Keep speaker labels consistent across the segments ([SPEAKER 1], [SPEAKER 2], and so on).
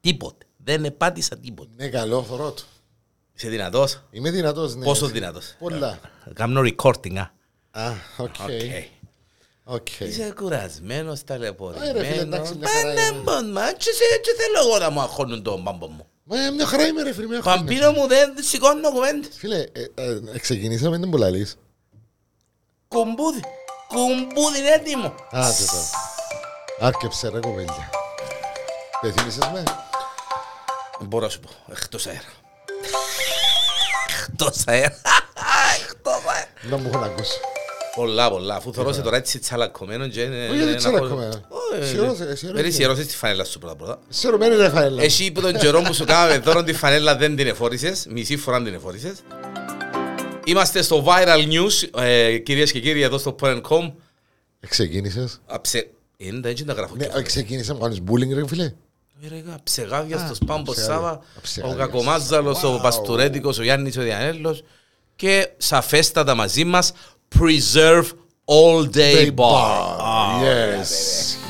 [SPEAKER 1] Τίποτε. Δεν επάντησα τίποτε.
[SPEAKER 2] Ναι, καλό, θωρώ του.
[SPEAKER 1] Είσαι δυνατός.
[SPEAKER 2] Είμαι δυνατός, ναι.
[SPEAKER 1] Πόσο δυνατός.
[SPEAKER 2] Πολλά.
[SPEAKER 1] Κάνω recording. α.
[SPEAKER 2] Α, οκ.
[SPEAKER 1] Οκ.
[SPEAKER 2] Οκ.
[SPEAKER 1] Είσαι κουρασμένος,
[SPEAKER 2] Ε, ρε φίλε,
[SPEAKER 1] ταλαιπωρημένο.
[SPEAKER 2] εντάξει, μια χαρά
[SPEAKER 1] Πάνε
[SPEAKER 2] είναι.
[SPEAKER 1] μόνο μα. Τι σε- τι θέλω εγώ να μου αγχώνουν τον μπαμπο μου.
[SPEAKER 2] Μα μια χαρά είμαι ρε φίλε, μια χαρά είμαι.
[SPEAKER 1] Παμπίνο μου δεν σηκώνω κουβέντες.
[SPEAKER 2] Φίλε, ε, ε, ε, ξεκινήσαμε, δεν μου λαλείς.
[SPEAKER 1] Κουμπούδι. Κουμπούδι είναι έτοιμο.
[SPEAKER 2] Άντε τώρα. Άρκεψε ρε κοπέλια. Δεν θύμισες με.
[SPEAKER 1] Δεν Μπορώ να σου πω. Εκτός αέρα. Εκτός αέρα. Εκτός αέρα.
[SPEAKER 2] Να μου έχουν ακούσει.
[SPEAKER 1] Πολλά, πολλά. Αφού θωρώ σε τώρα έτσι τσαλακωμένο και...
[SPEAKER 2] Όχι, δεν τσαλακωμένο. Σιρώσε, σιρώσε.
[SPEAKER 1] Περίσαι, σιρώσε τη φανέλα σου πρώτα πρώτα.
[SPEAKER 2] Σε ρωμένη ρε Φαέλα.
[SPEAKER 1] Εσύ που τον καιρό που σου κάναμε δώρο τη φανέλα δεν την εφόρησες, μισή φορά δεν την εφόρησες. Είμαστε στο Viral News, ε, κυρίες και κύριοι, εδώ στο Porn.com.
[SPEAKER 2] Ξεκίνησες.
[SPEAKER 1] Αψε... Είναι τα έτσι να γράφω.
[SPEAKER 2] Ε, Ναι,
[SPEAKER 1] και αυτό.
[SPEAKER 2] ε, ξεκίνησα να μου κάνεις bullying ρε φίλε.
[SPEAKER 1] Ε, ρε, γα- Ψεγάδια στο
[SPEAKER 2] ψεγάδια.
[SPEAKER 1] Σπάμπο Σάβα, ο
[SPEAKER 2] Ψεγάδια.
[SPEAKER 1] Κακομάζαλος, ο
[SPEAKER 2] Wow.
[SPEAKER 1] Παστουρέτικος, ο Γιάννης ο Διανέλος και σαφέστατα μαζί μας Preserve All Day Bar. Α,
[SPEAKER 2] Yes.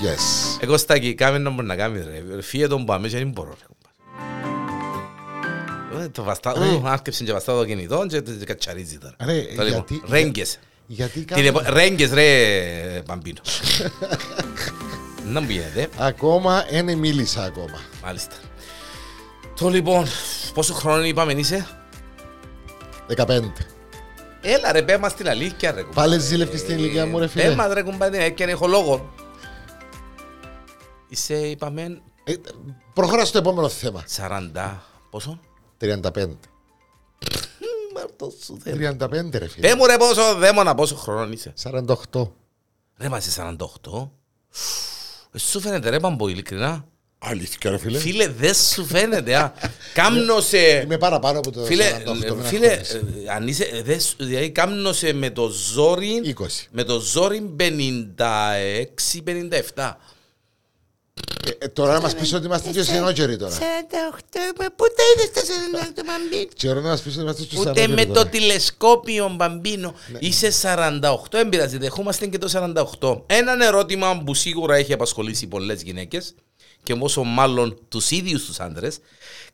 [SPEAKER 2] Yes.
[SPEAKER 1] Εγώ στάκι, κάμε να μπορεί να κάνει ρε. Φύγε τον πάμε και δεν μπορώ ρε. κομπάρε. Ε, Το βαστά, ου, άρκεψε και βαστά το κινητό και τε- τε- κατσαρίζει τώρα.
[SPEAKER 2] Ρε,
[SPEAKER 1] Το λέω,
[SPEAKER 2] γιατί-
[SPEAKER 1] Ρέγγες.
[SPEAKER 2] Γιατί
[SPEAKER 1] Την επο-
[SPEAKER 2] κάνουμε...
[SPEAKER 1] Ρέγγες ρε, Παμπίνο. Να μου γίνεται,
[SPEAKER 2] Ακόμα δεν μίλησα ακόμα.
[SPEAKER 1] μάλιστα. Το λοιπόν, πόσο χρόνο είπαμε είσαι.
[SPEAKER 2] 15.
[SPEAKER 1] Έλα ρε, πέμα στην αλήθεια ρε. κουμπάρε.
[SPEAKER 2] Πάλες ζήλευκες
[SPEAKER 1] Ε,
[SPEAKER 2] στην ηλικία μου ρε φίλε.
[SPEAKER 1] Πέμα ρε κουμπάρε, την αλήθεια, έχω λόγο. Είσαι, είπαμε,
[SPEAKER 2] Ε, Προχωρά στο επόμενο θέμα.
[SPEAKER 1] 40, πόσο.
[SPEAKER 2] 35.
[SPEAKER 1] Μαρτό σου
[SPEAKER 2] 35 ρε φίλε.
[SPEAKER 1] Πέ μου ρε Ε, πόσο δαίμονα, πόσο χρόνο είσαι.
[SPEAKER 2] 48.
[SPEAKER 1] Ρε μα είσαι 48. Ε, Σου φαίνεται ρε παμπο ειλικρινά.
[SPEAKER 2] Αλήθεια ρε φίλε.
[SPEAKER 1] Φίλε δεν σου φαίνεται α. Κάμνο σε...
[SPEAKER 2] Είμαι παραπάνω από το
[SPEAKER 1] Φίλε,
[SPEAKER 2] 48. μην
[SPEAKER 1] φίλε,
[SPEAKER 2] αγχώνεσαι.
[SPEAKER 1] ε, αν είσαι, ε, δεν σου- δηλαδή κάμνο σε με το ζόρι,
[SPEAKER 2] 20.
[SPEAKER 1] με το ζόρι 56-57.
[SPEAKER 2] Ε, ε, τώρα να μας πεις ότι είμαστε πιο στενόκεροι τώρα.
[SPEAKER 1] 48, μα πού τα είδες τα 48 μπαμπίνο.
[SPEAKER 2] Και ώρα να μας πεις ότι είμαστε πιο
[SPEAKER 1] Ούτε με
[SPEAKER 2] στενόκεροι
[SPEAKER 1] το
[SPEAKER 2] τώρα.
[SPEAKER 1] τηλεσκόπιο μπαμπίνο. Είσαι 48, δεν πειράζει, δεχόμαστε και το 48. Έναν ερώτημα που σίγουρα έχει απασχολήσει πολλές γυναίκες και πόσο μάλλον τους ίδιους τους άντρες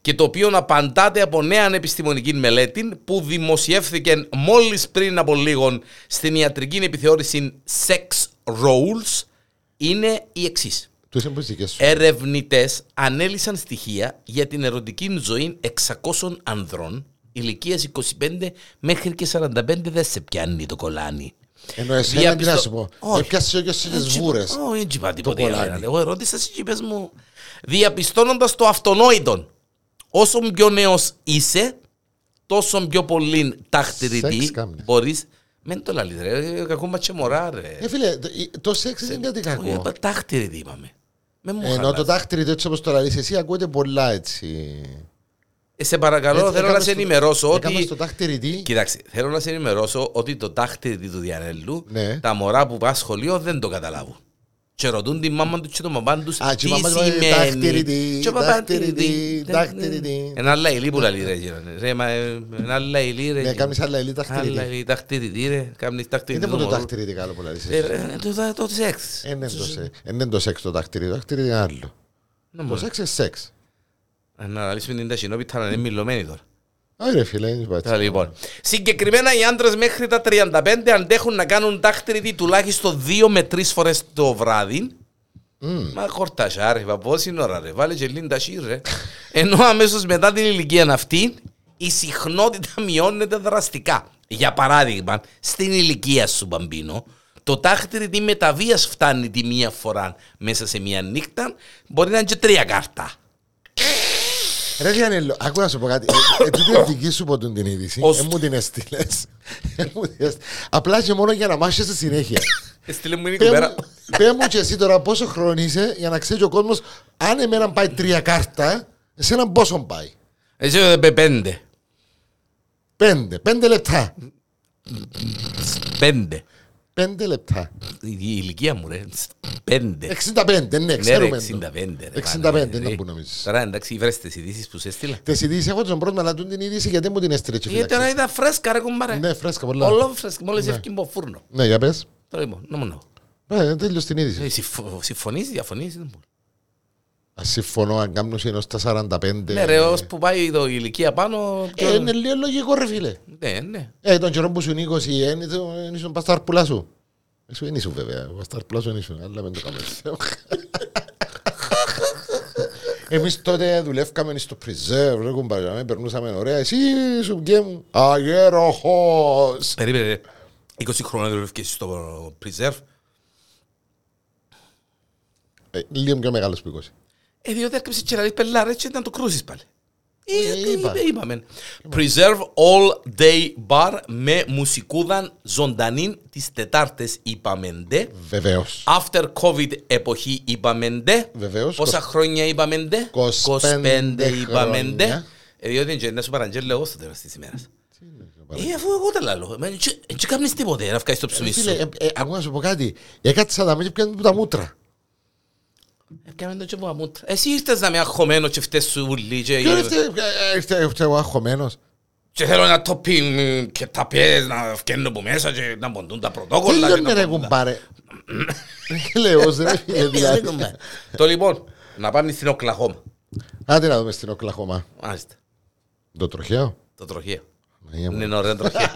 [SPEAKER 1] και το οποίο απαντάται από νέα επιστημονική μελέτη που δημοσιεύθηκε μόλις πριν από λίγο στην ιατρική επιθεώρηση Sex Roles είναι η εξής.
[SPEAKER 2] Του είσαι μπουζικές σου.
[SPEAKER 1] Ερευνητές ανέλησαν στοιχεία για την ερωτική ζωή 600 ανδρών ηλικίας 25 μέχρι και 45 δεν σε πιάνει το κολάνι.
[SPEAKER 2] Ενώ εσένα τι να
[SPEAKER 1] διαπιστώ-
[SPEAKER 2] σου πω.
[SPEAKER 1] Όχι.
[SPEAKER 2] Ε, Πιάσεις ο γιος σου τις βούρες.
[SPEAKER 1] Όχι, δεν είπα τίποτα.
[SPEAKER 2] κολάνι.
[SPEAKER 1] εμένα. Εγώ ερώτησα εσύ και πες μου. Διαπιστώνοντας το αυτονόητον, όσο πιο νέος είσαι, τόσο πιο πολύ
[SPEAKER 2] Σεξ
[SPEAKER 1] ταχτηρητή
[SPEAKER 2] κάμνες.
[SPEAKER 1] μπορείς. Μεν το λαλείς ρε, κακό ματσεμορά ρε.
[SPEAKER 2] Ε, φίλε, το- η- το σεξ δεν είναι κάτι κακό. Ε,
[SPEAKER 1] Ε, Ταχτηρητή είπαμε. Με μου
[SPEAKER 2] Ενώ το
[SPEAKER 1] χαλάς.
[SPEAKER 2] δάχτυλο έτσι όπως το λαλείς εσύ ακούγεται πολλά έτσι.
[SPEAKER 1] Ε, Σε παρακαλώ,
[SPEAKER 2] Έτσι,
[SPEAKER 1] θέλω να
[SPEAKER 2] έκαμε
[SPEAKER 1] σε
[SPEAKER 2] στο-
[SPEAKER 1] ενημερώσω
[SPEAKER 2] Έκαμε
[SPEAKER 1] ότι.
[SPEAKER 2] στο δάχτυλο τι.
[SPEAKER 1] Κοιτάξτε, θέλω να σε ενημερώσω ότι το δάχτυλι του διανέλου,
[SPEAKER 2] Ναι.
[SPEAKER 1] τα μωρά που πάνε σχολείο δεν το καταλάβουν. Και ρωτούν τη μάμα τους και τον παπάν τους
[SPEAKER 2] Α, και
[SPEAKER 1] τι
[SPEAKER 2] η μάμα τους λέει,
[SPEAKER 1] σημαίνει.
[SPEAKER 2] «Δάχτυλι τι,
[SPEAKER 1] Και ο παπάς,
[SPEAKER 2] δάχτυλι τι,
[SPEAKER 1] τι,
[SPEAKER 2] δάχτυλι
[SPEAKER 1] ναι.
[SPEAKER 2] τι».
[SPEAKER 1] Ένα λαϊλί που λαλεί ρε γίνανε. Ρε, μα, ε, ένα λαϊλί ρε.
[SPEAKER 2] Ναι,
[SPEAKER 1] γίνανε.
[SPEAKER 2] κάμεις άλλα ελί
[SPEAKER 1] Ένα
[SPEAKER 2] δάχτυλο τι.
[SPEAKER 1] λαϊλί, δάχτυλι τι ρε. Κάμνεις δάχτυλι
[SPEAKER 2] Είναι
[SPEAKER 1] του
[SPEAKER 2] από το
[SPEAKER 1] μωρού.
[SPEAKER 2] δάχτυλο τι καλό που λαλείς
[SPEAKER 1] Ε,
[SPEAKER 2] εσύ.
[SPEAKER 1] ρε, το- το- Το σεξ.
[SPEAKER 2] Ε, ναι, το σε- ε, ναι, το σεξ το δάχτυλο, το δάχτυλο είναι άλλο.
[SPEAKER 1] Ναι, Να
[SPEAKER 2] Το
[SPEAKER 1] μου-
[SPEAKER 2] σεξ είναι σεξ.
[SPEAKER 1] Να αναλύσουμε την ταχυνόπιτα να είναι μιλωμένη τώρα.
[SPEAKER 2] Άι ρε φίλε, είναι
[SPEAKER 1] Τα
[SPEAKER 2] πάτσι.
[SPEAKER 1] λοιπόν. Συγκεκριμένα οι άντρες μέχρι τα 35 αντέχουν να κάνουν δάχτυλιδι τουλάχιστον 2 με 3 φορές το βράδυ. Μα χορτασιά ρε, παππούς είναι ώρα ρε, βάλε και λίντα σύρ ρε. Ενώ αμέσως μετά την ηλικία αυτή η συχνότητα μειώνεται δραστικά. Για παράδειγμα, στην ηλικία σου μπαμπίνο, το τάχτηρι μεταβία φτάνει τη μία φορά μέσα σε μία νύχτα, μπορεί να είναι και τρία κάρτα.
[SPEAKER 2] Ρε Διανέλο, άκου να σου πω κάτι. Ε, ε, τούτη είναι δική σου ποτούν την είδηση.
[SPEAKER 1] Ως-
[SPEAKER 2] Ε, μου την έστειλες. Ε, μου την έστειλες. Απλά και μόνο για να μάχεσαι στη συνέχεια.
[SPEAKER 1] Ε, Στείλε μου είναι η
[SPEAKER 2] Πέ
[SPEAKER 1] κουβέρα.
[SPEAKER 2] μου- Πέ μου και εσύ τώρα πόσο χρόνο είσαι για να ξέρει ο κόσμος αν εμένα πάει τρία κάρτα, εσένα πόσο πάει.
[SPEAKER 1] Εσύ ε, πέντε.
[SPEAKER 2] Πέντε, πέντε λεπτά.
[SPEAKER 1] Πέντε.
[SPEAKER 2] Πέντε λεπτά.
[SPEAKER 1] Η η ηλικία μου, ρε. Πέντε.
[SPEAKER 2] 65, ναι,
[SPEAKER 1] Ε. Ναι, ρε,
[SPEAKER 2] ξέρουμε.
[SPEAKER 1] 65. ρε,
[SPEAKER 2] 65,
[SPEAKER 1] μάνα,
[SPEAKER 2] δεν
[SPEAKER 1] ρε.
[SPEAKER 2] θα που νομίζεις.
[SPEAKER 1] Τώρα εντάξει, βρες τις ειδήσεις που σε έστειλα.
[SPEAKER 2] Τις ειδήσεις έχω τον πρώτο να δουν την είδηση γιατί μου την έστειλε και
[SPEAKER 1] Γιατί τώρα
[SPEAKER 2] φυλάξε.
[SPEAKER 1] ήταν φρέσκα, ρε κουμπάρε.
[SPEAKER 2] Ναι, φρέσκα πολλά.
[SPEAKER 1] Όλο φρέσκα, μόλις έφυγε από φούρνο.
[SPEAKER 2] Ναι, για πες.
[SPEAKER 1] Τώρα λοιπόν, να μου να.
[SPEAKER 2] Ε, Τέλειωσε την είδηση.
[SPEAKER 1] Συμφωνείς, διαφωνείς. δεν μπορώ.
[SPEAKER 2] συμφωνώ αν κάνουν ενός στα 45.
[SPEAKER 1] Ναι, ρε, ως που πάει το η ηλικία πάνω. πιο-
[SPEAKER 2] Ε, είναι λίγο λογικό ρε φίλε.
[SPEAKER 1] Ναι, ναι.
[SPEAKER 2] Ε, τον καιρό που σου είναι 20, εν ήσουν- εν ήσουν πασταρπουλά σου. Εσύ δεν ήσουν βέβαια, ο πασταρπουλά σου δεν ήσουν, αλλά μην το κάνουμε. Εμείς τότε δουλεύκαμε στο preserve, ρε κουμπαριζαμε, περνούσαμε ωραία. Εσύ σου μου, αγέροχος.
[SPEAKER 1] Περίμενε. ρε. 20 χρόνια δουλεύκες στο Preserve.
[SPEAKER 2] Ε, Λίγο πιο μεγάλος που 20.
[SPEAKER 1] Ε, διότι έρκεψε και λαλείς πελάρες και να το κρούσεις πάλι. Ε,
[SPEAKER 2] Ε,
[SPEAKER 1] ε,
[SPEAKER 2] είπα.
[SPEAKER 1] ε, Είπαμε. Preserve All Day Bar με μουσικούδαν ζωντανή τις Τετάρτες είπαμε ντε.
[SPEAKER 2] Βεβαίως.
[SPEAKER 1] After COVID εποχή είπαμε ντε.
[SPEAKER 2] Βεβαίως,
[SPEAKER 1] Πόσα χρόνια είπαμε ντε.
[SPEAKER 2] 25
[SPEAKER 1] είπαμε ντε.
[SPEAKER 2] χρόνια.
[SPEAKER 1] Ε, Διότι είναι να σου παραγγέλνω εγώ στο τέλος της ημέρας. Ε, αφού εγώ τα λαλώ. Ε, Δεν κάνεις τίποτε να βγάλεις το ψωμί σου.
[SPEAKER 2] Φίλε, ε, ε, ακούω να σου πω κάτι. Έκατσα τα μέλη πιάνουν τα μούτρα. ε,
[SPEAKER 1] Έκαμε το τσιμπούα μούτρα. Εσύ ήρθες να με αγχωμένος και φταίς σου ουλί και-
[SPEAKER 2] Ποιο ήρθε, ε, ήρθε, ήρθε εγώ αγχωμένος.
[SPEAKER 1] και θέλω να το πει μ, και τα πιέζ να βγαίνουν από μέσα και να μποντούν τα πρωτόκολλα. και
[SPEAKER 2] Τελειώνε
[SPEAKER 1] να
[SPEAKER 2] ρε
[SPEAKER 1] μποντούν τα-
[SPEAKER 2] κουμπάρε. Λέω, ρε φίλε,
[SPEAKER 1] Τελειώνε, ε, ρε,
[SPEAKER 2] δηλαδή.
[SPEAKER 1] κουμπάρε. Το λοιπόν, να πάμε στην Οκλαχώμα.
[SPEAKER 2] Άντε να δούμε στην Οκλαχώμα.
[SPEAKER 1] Μάλιστα,
[SPEAKER 2] Το τροχαίο.
[SPEAKER 1] το τροχαίο.
[SPEAKER 2] Μαγεία μου.
[SPEAKER 1] Είναι ένα ωραίο τροχαίο.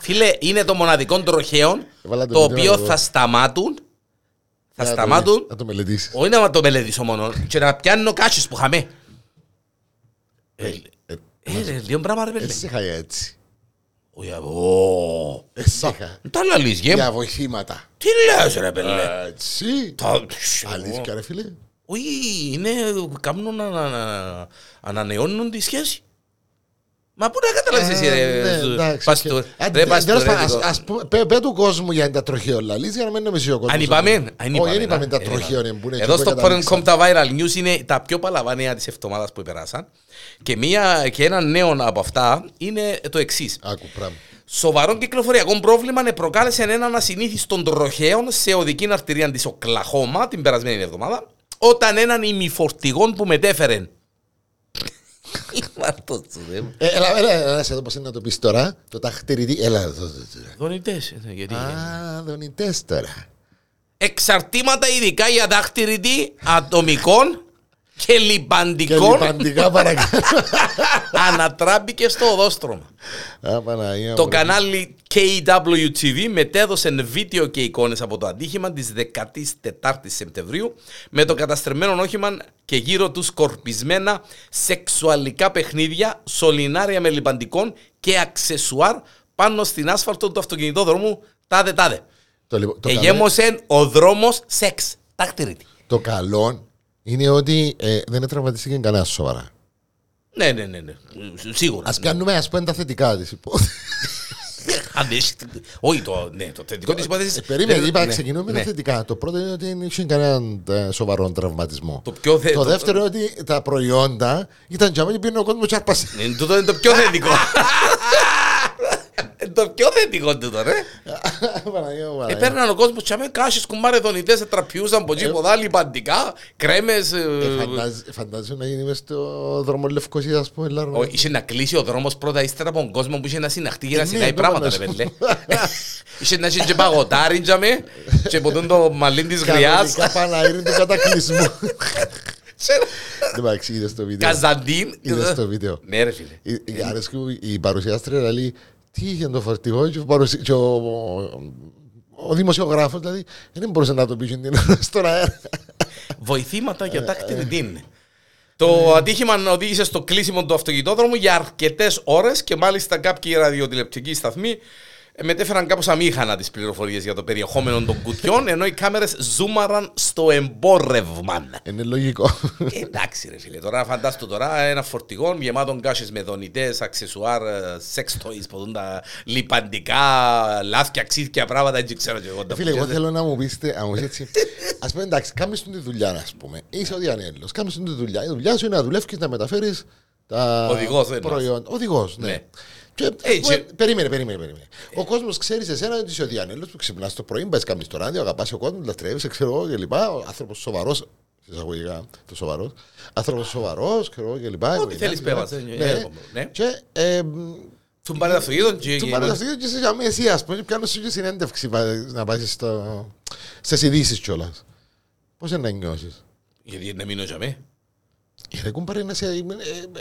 [SPEAKER 1] Φίλε, είναι το μοναδικό τροχαίο
[SPEAKER 2] Έβαλα το
[SPEAKER 1] το
[SPEAKER 2] βίντεο
[SPEAKER 1] οποίο
[SPEAKER 2] να το δω.
[SPEAKER 1] θα σταμάτουν θα
[SPEAKER 2] Να το-
[SPEAKER 1] σταμάτουν
[SPEAKER 2] Να το μελετήσεις.
[SPEAKER 1] όχι να το μελετήσω μόνο και να πιάνω κάσεις που είχαμε. Ε,
[SPEAKER 2] Ε,
[SPEAKER 1] ε, ρε, Δύο πράγμα ρε παιδί.
[SPEAKER 2] Έτσι είχα έτσι.
[SPEAKER 1] Όχι, ω.
[SPEAKER 2] Έτσι είχα.
[SPEAKER 1] Τα λαλείς, γε.
[SPEAKER 2] Για βοηθήματα.
[SPEAKER 1] Τι λες ρε παιδί.
[SPEAKER 2] Eh. Έτσι.
[SPEAKER 1] Τα...
[SPEAKER 2] Αλήθεια ρε φίλε.
[SPEAKER 1] Όχι, είναι κάνουν να να- να- ανανεώνουν τη σχέση. Μα πού να καταλάβεις εσύ
[SPEAKER 2] Ε,
[SPEAKER 1] ρε
[SPEAKER 2] ναι, εντάξει,
[SPEAKER 1] παστορ.
[SPEAKER 2] οκ. Ε,
[SPEAKER 1] Ρε
[SPEAKER 2] τε- τέλος πάντων,
[SPEAKER 1] παστορέτικο.
[SPEAKER 2] ας- ας πούμε, πέ- Πέ του κόσμου για τα τροχαίο λαλείς για να μην νομίζει ο κόσμος.
[SPEAKER 1] Αν είπαμε,
[SPEAKER 2] ότι-
[SPEAKER 1] αν
[SPEAKER 2] Όχι, δεν
[SPEAKER 1] να,
[SPEAKER 2] είπαμε τα
[SPEAKER 1] δεν είπαμε. ε,
[SPEAKER 2] τροχαίο. που είναι
[SPEAKER 1] Εδώ
[SPEAKER 2] εκεί που
[SPEAKER 1] στο
[SPEAKER 2] καταλήξαμε.
[SPEAKER 1] Porn.com τα viral news είναι τα πιο παλαβά νέα της εβδομάδας που περάσαν. Και, μία, και ένα νέο από αυτά είναι το εξής.
[SPEAKER 2] Άκου πράγμα.
[SPEAKER 1] Σοβαρό κυκλοφοριακό πρόβλημα προκάλεσε έναν ασυνήθιστο τροχαίων σε οδική αρτηρία της Οκλαχώμα την περασμένη εβδομάδα, όταν έναν ημιφορτηγόν που μετέφερε. Είμαστε τσουδέμου.
[SPEAKER 2] Ε, Έλα, έλα, έλα, να σε δω πώς είναι να το πεις τώρα. Το ταχτηριδί. Έλα εδώ, εδώ, εδώ.
[SPEAKER 1] Δονητές, ε, γιατί.
[SPEAKER 2] Α, δονητές τώρα.
[SPEAKER 1] Εξαρτήματα ειδικά για δάχτυρητη ατομικών και
[SPEAKER 2] Και
[SPEAKER 1] λιπαντικών
[SPEAKER 2] λιπαντικά παρακάτω.
[SPEAKER 1] ανατράμπηκε στο οδόστρωμα.
[SPEAKER 2] Α, Παναγία
[SPEAKER 1] Το
[SPEAKER 2] μου, ρε.
[SPEAKER 1] κανάλι KWTV μετέδωσε βίντεο και εικόνες από το ατύχημα της 14ης Σεπτεμβρίου με το καταστρεμμένο όχημα και γύρω τους σκορπισμένα σεξουαλικά παιχνίδια, σωληνάρια με λιπαντικών και αξεσουάρ πάνω στην άσφαλτο του αυτοκινητόδρομου τάδε τάδε.
[SPEAKER 2] Το λοιπόν- το καλό-
[SPEAKER 1] Εγέμωσε ο δρόμος σεξ. Τακτηρίτη.
[SPEAKER 2] Το καλό είναι ότι ε, δεν τραυματίστηκε κανένας σοβαρά.
[SPEAKER 1] Ναι, ναι, ναι, ναι. Σίγουρα.
[SPEAKER 2] Ας πιάνουμε ας πούμε τα θετικά της υπόθεσης.
[SPEAKER 1] Αντέχει. Όχι, το, ναι, το θετικό της υπόθεσης...
[SPEAKER 2] Ε, Περίμενε,
[SPEAKER 1] δεν-
[SPEAKER 2] είπα,
[SPEAKER 1] ναι,
[SPEAKER 2] ξεκινούμε με
[SPEAKER 1] ναι.
[SPEAKER 2] τα θετικά. Το πρώτο είναι ότι δεν είχε κανέναν ε, σοβαρό τραυματισμό.
[SPEAKER 1] Το πιο θε-
[SPEAKER 2] Το
[SPEAKER 1] το-
[SPEAKER 2] δεύτερο είναι ότι τα προϊόντα ήταν τζαμί και πήρε ο κόσμος τσάρπασε.
[SPEAKER 1] Ναι, τούτο είναι το πιο θετικό. Ε, το πιο θετικό τούτο, ρε.
[SPEAKER 2] Παναγία
[SPEAKER 1] Ε,
[SPEAKER 2] μου, Παναγία μου.
[SPEAKER 1] Επέρναν ο κόσμος και με κάσες κουμάρε δονητές, τραπιούζαν ποτζί, ποδά, λιπαντικά, κρέμες... ε,
[SPEAKER 2] Ε, φαντάζ- Φαντάζομαι να γίνει μες στο δρόμο Λευκοσίας, ας πούμε, Λάρνο.
[SPEAKER 1] ο- Είχε να κλείσει ο δρόμος πρώτα ύστερα από τον κόσμο που είχε να συναχτεί για να
[SPEAKER 2] Ε, ναι,
[SPEAKER 1] συνάει
[SPEAKER 2] το
[SPEAKER 1] πράγματα,
[SPEAKER 2] πάνω
[SPEAKER 1] ρε
[SPEAKER 2] σου.
[SPEAKER 1] πέλε. Είχε να έχει και παγωτάρι, τζαμε, και ποτούν το μαλλίν της γριάς.
[SPEAKER 2] Κανονικά Παναγία του κατακλυσμού.
[SPEAKER 1] Σε ένα
[SPEAKER 2] Εντάξει, είδες το βίντεο.
[SPEAKER 1] Καζαντίν.
[SPEAKER 2] Είδες το βίντεο.
[SPEAKER 1] Ναι, ρε φίλε.
[SPEAKER 2] Η- η- Αρέσκει μου η παρουσιάστρια να λέει τι είχε το φορτηγό και ο, παρουσι... και ο... ο- ο δημοσιογράφος δηλαδή δεν μπορούσε να το πει την ώρα στον αέρα.
[SPEAKER 1] Βοηθήματα
[SPEAKER 2] Ε,
[SPEAKER 1] για τάκτηρη την. Το ατύχημα οδήγησε στο κλείσιμο του αυτοκινητόδρομου για αρκετές ώρες και μάλιστα κάποιοι ραδιοτηλεπτικοί σταθμοί ε, μετέφεραν κάπως αμήχανα τις πληροφορίες για το περιεχόμενο των κουτιών, ενώ οι κάμερες ζούμαραν στο εμπόρευμα.
[SPEAKER 2] Είναι λογικό.
[SPEAKER 1] Ε, Εντάξει, ρε φίλε, τώρα φαντάστο τώρα ένα φορτηγό γεμάτο κάσει με δονητές, αξεσουάρ, ε, σεξ toys, ποτούν τα λιπαντικά, λάθια, ξύθια πράγματα, έτσι ξέρω και εγώ τα
[SPEAKER 2] Ε, Φίλε, εγώ
[SPEAKER 1] φτιάχνω.
[SPEAKER 2] θέλω να μου πείστε, να μου πεις έτσι. Ας πούμε εντάξει, κάμεις του τη δουλειά ας πούμε. Είσαι ο Διανέλος, κάμεις του τη δουλειά. Η δουλειά σου είναι να δουλεύεις και να μεταφέρεις τα
[SPEAKER 1] Οδηγός εννοείς.
[SPEAKER 2] προϊόντα. Οδηγός, ναι.
[SPEAKER 1] Ναι.
[SPEAKER 2] Και, ας
[SPEAKER 1] Ε,
[SPEAKER 2] πούμε,
[SPEAKER 1] και-
[SPEAKER 2] Περίμενε, περίμενε, περίμενε. Ο κόσμος ξέρεις σε εσένα ότι είσαι ο Διανέλος που ξυπνάς το πρωί, πα κάνεις το ράδιο, αγαπάς ο κόσμος, λατρεύεις, ξέρω εγώ κλπ. Ο άνθρωπος σοβαρός, εισαγωγικά το σοβαρός. Άνθρωπος σοβαρός, ξέρω εγώ κλπ.
[SPEAKER 1] Ό,τι θέλεις, πέβας, ε, έργο μου, ναι.
[SPEAKER 2] Και ε, μ,
[SPEAKER 1] Του μπαρε τα αυτοκίνητο και-
[SPEAKER 2] του πάρε αυτό και είσαι για μένα εσύ, ας πούμε, πιάνω σου και συνέντευξη πα- να πα στις ειδήσεις κιόλας. Πώς να νιώσεις.
[SPEAKER 1] Γιατί να μείνω για μέ.
[SPEAKER 2] Ε, Ρε κουμπάρε, να σε. ε,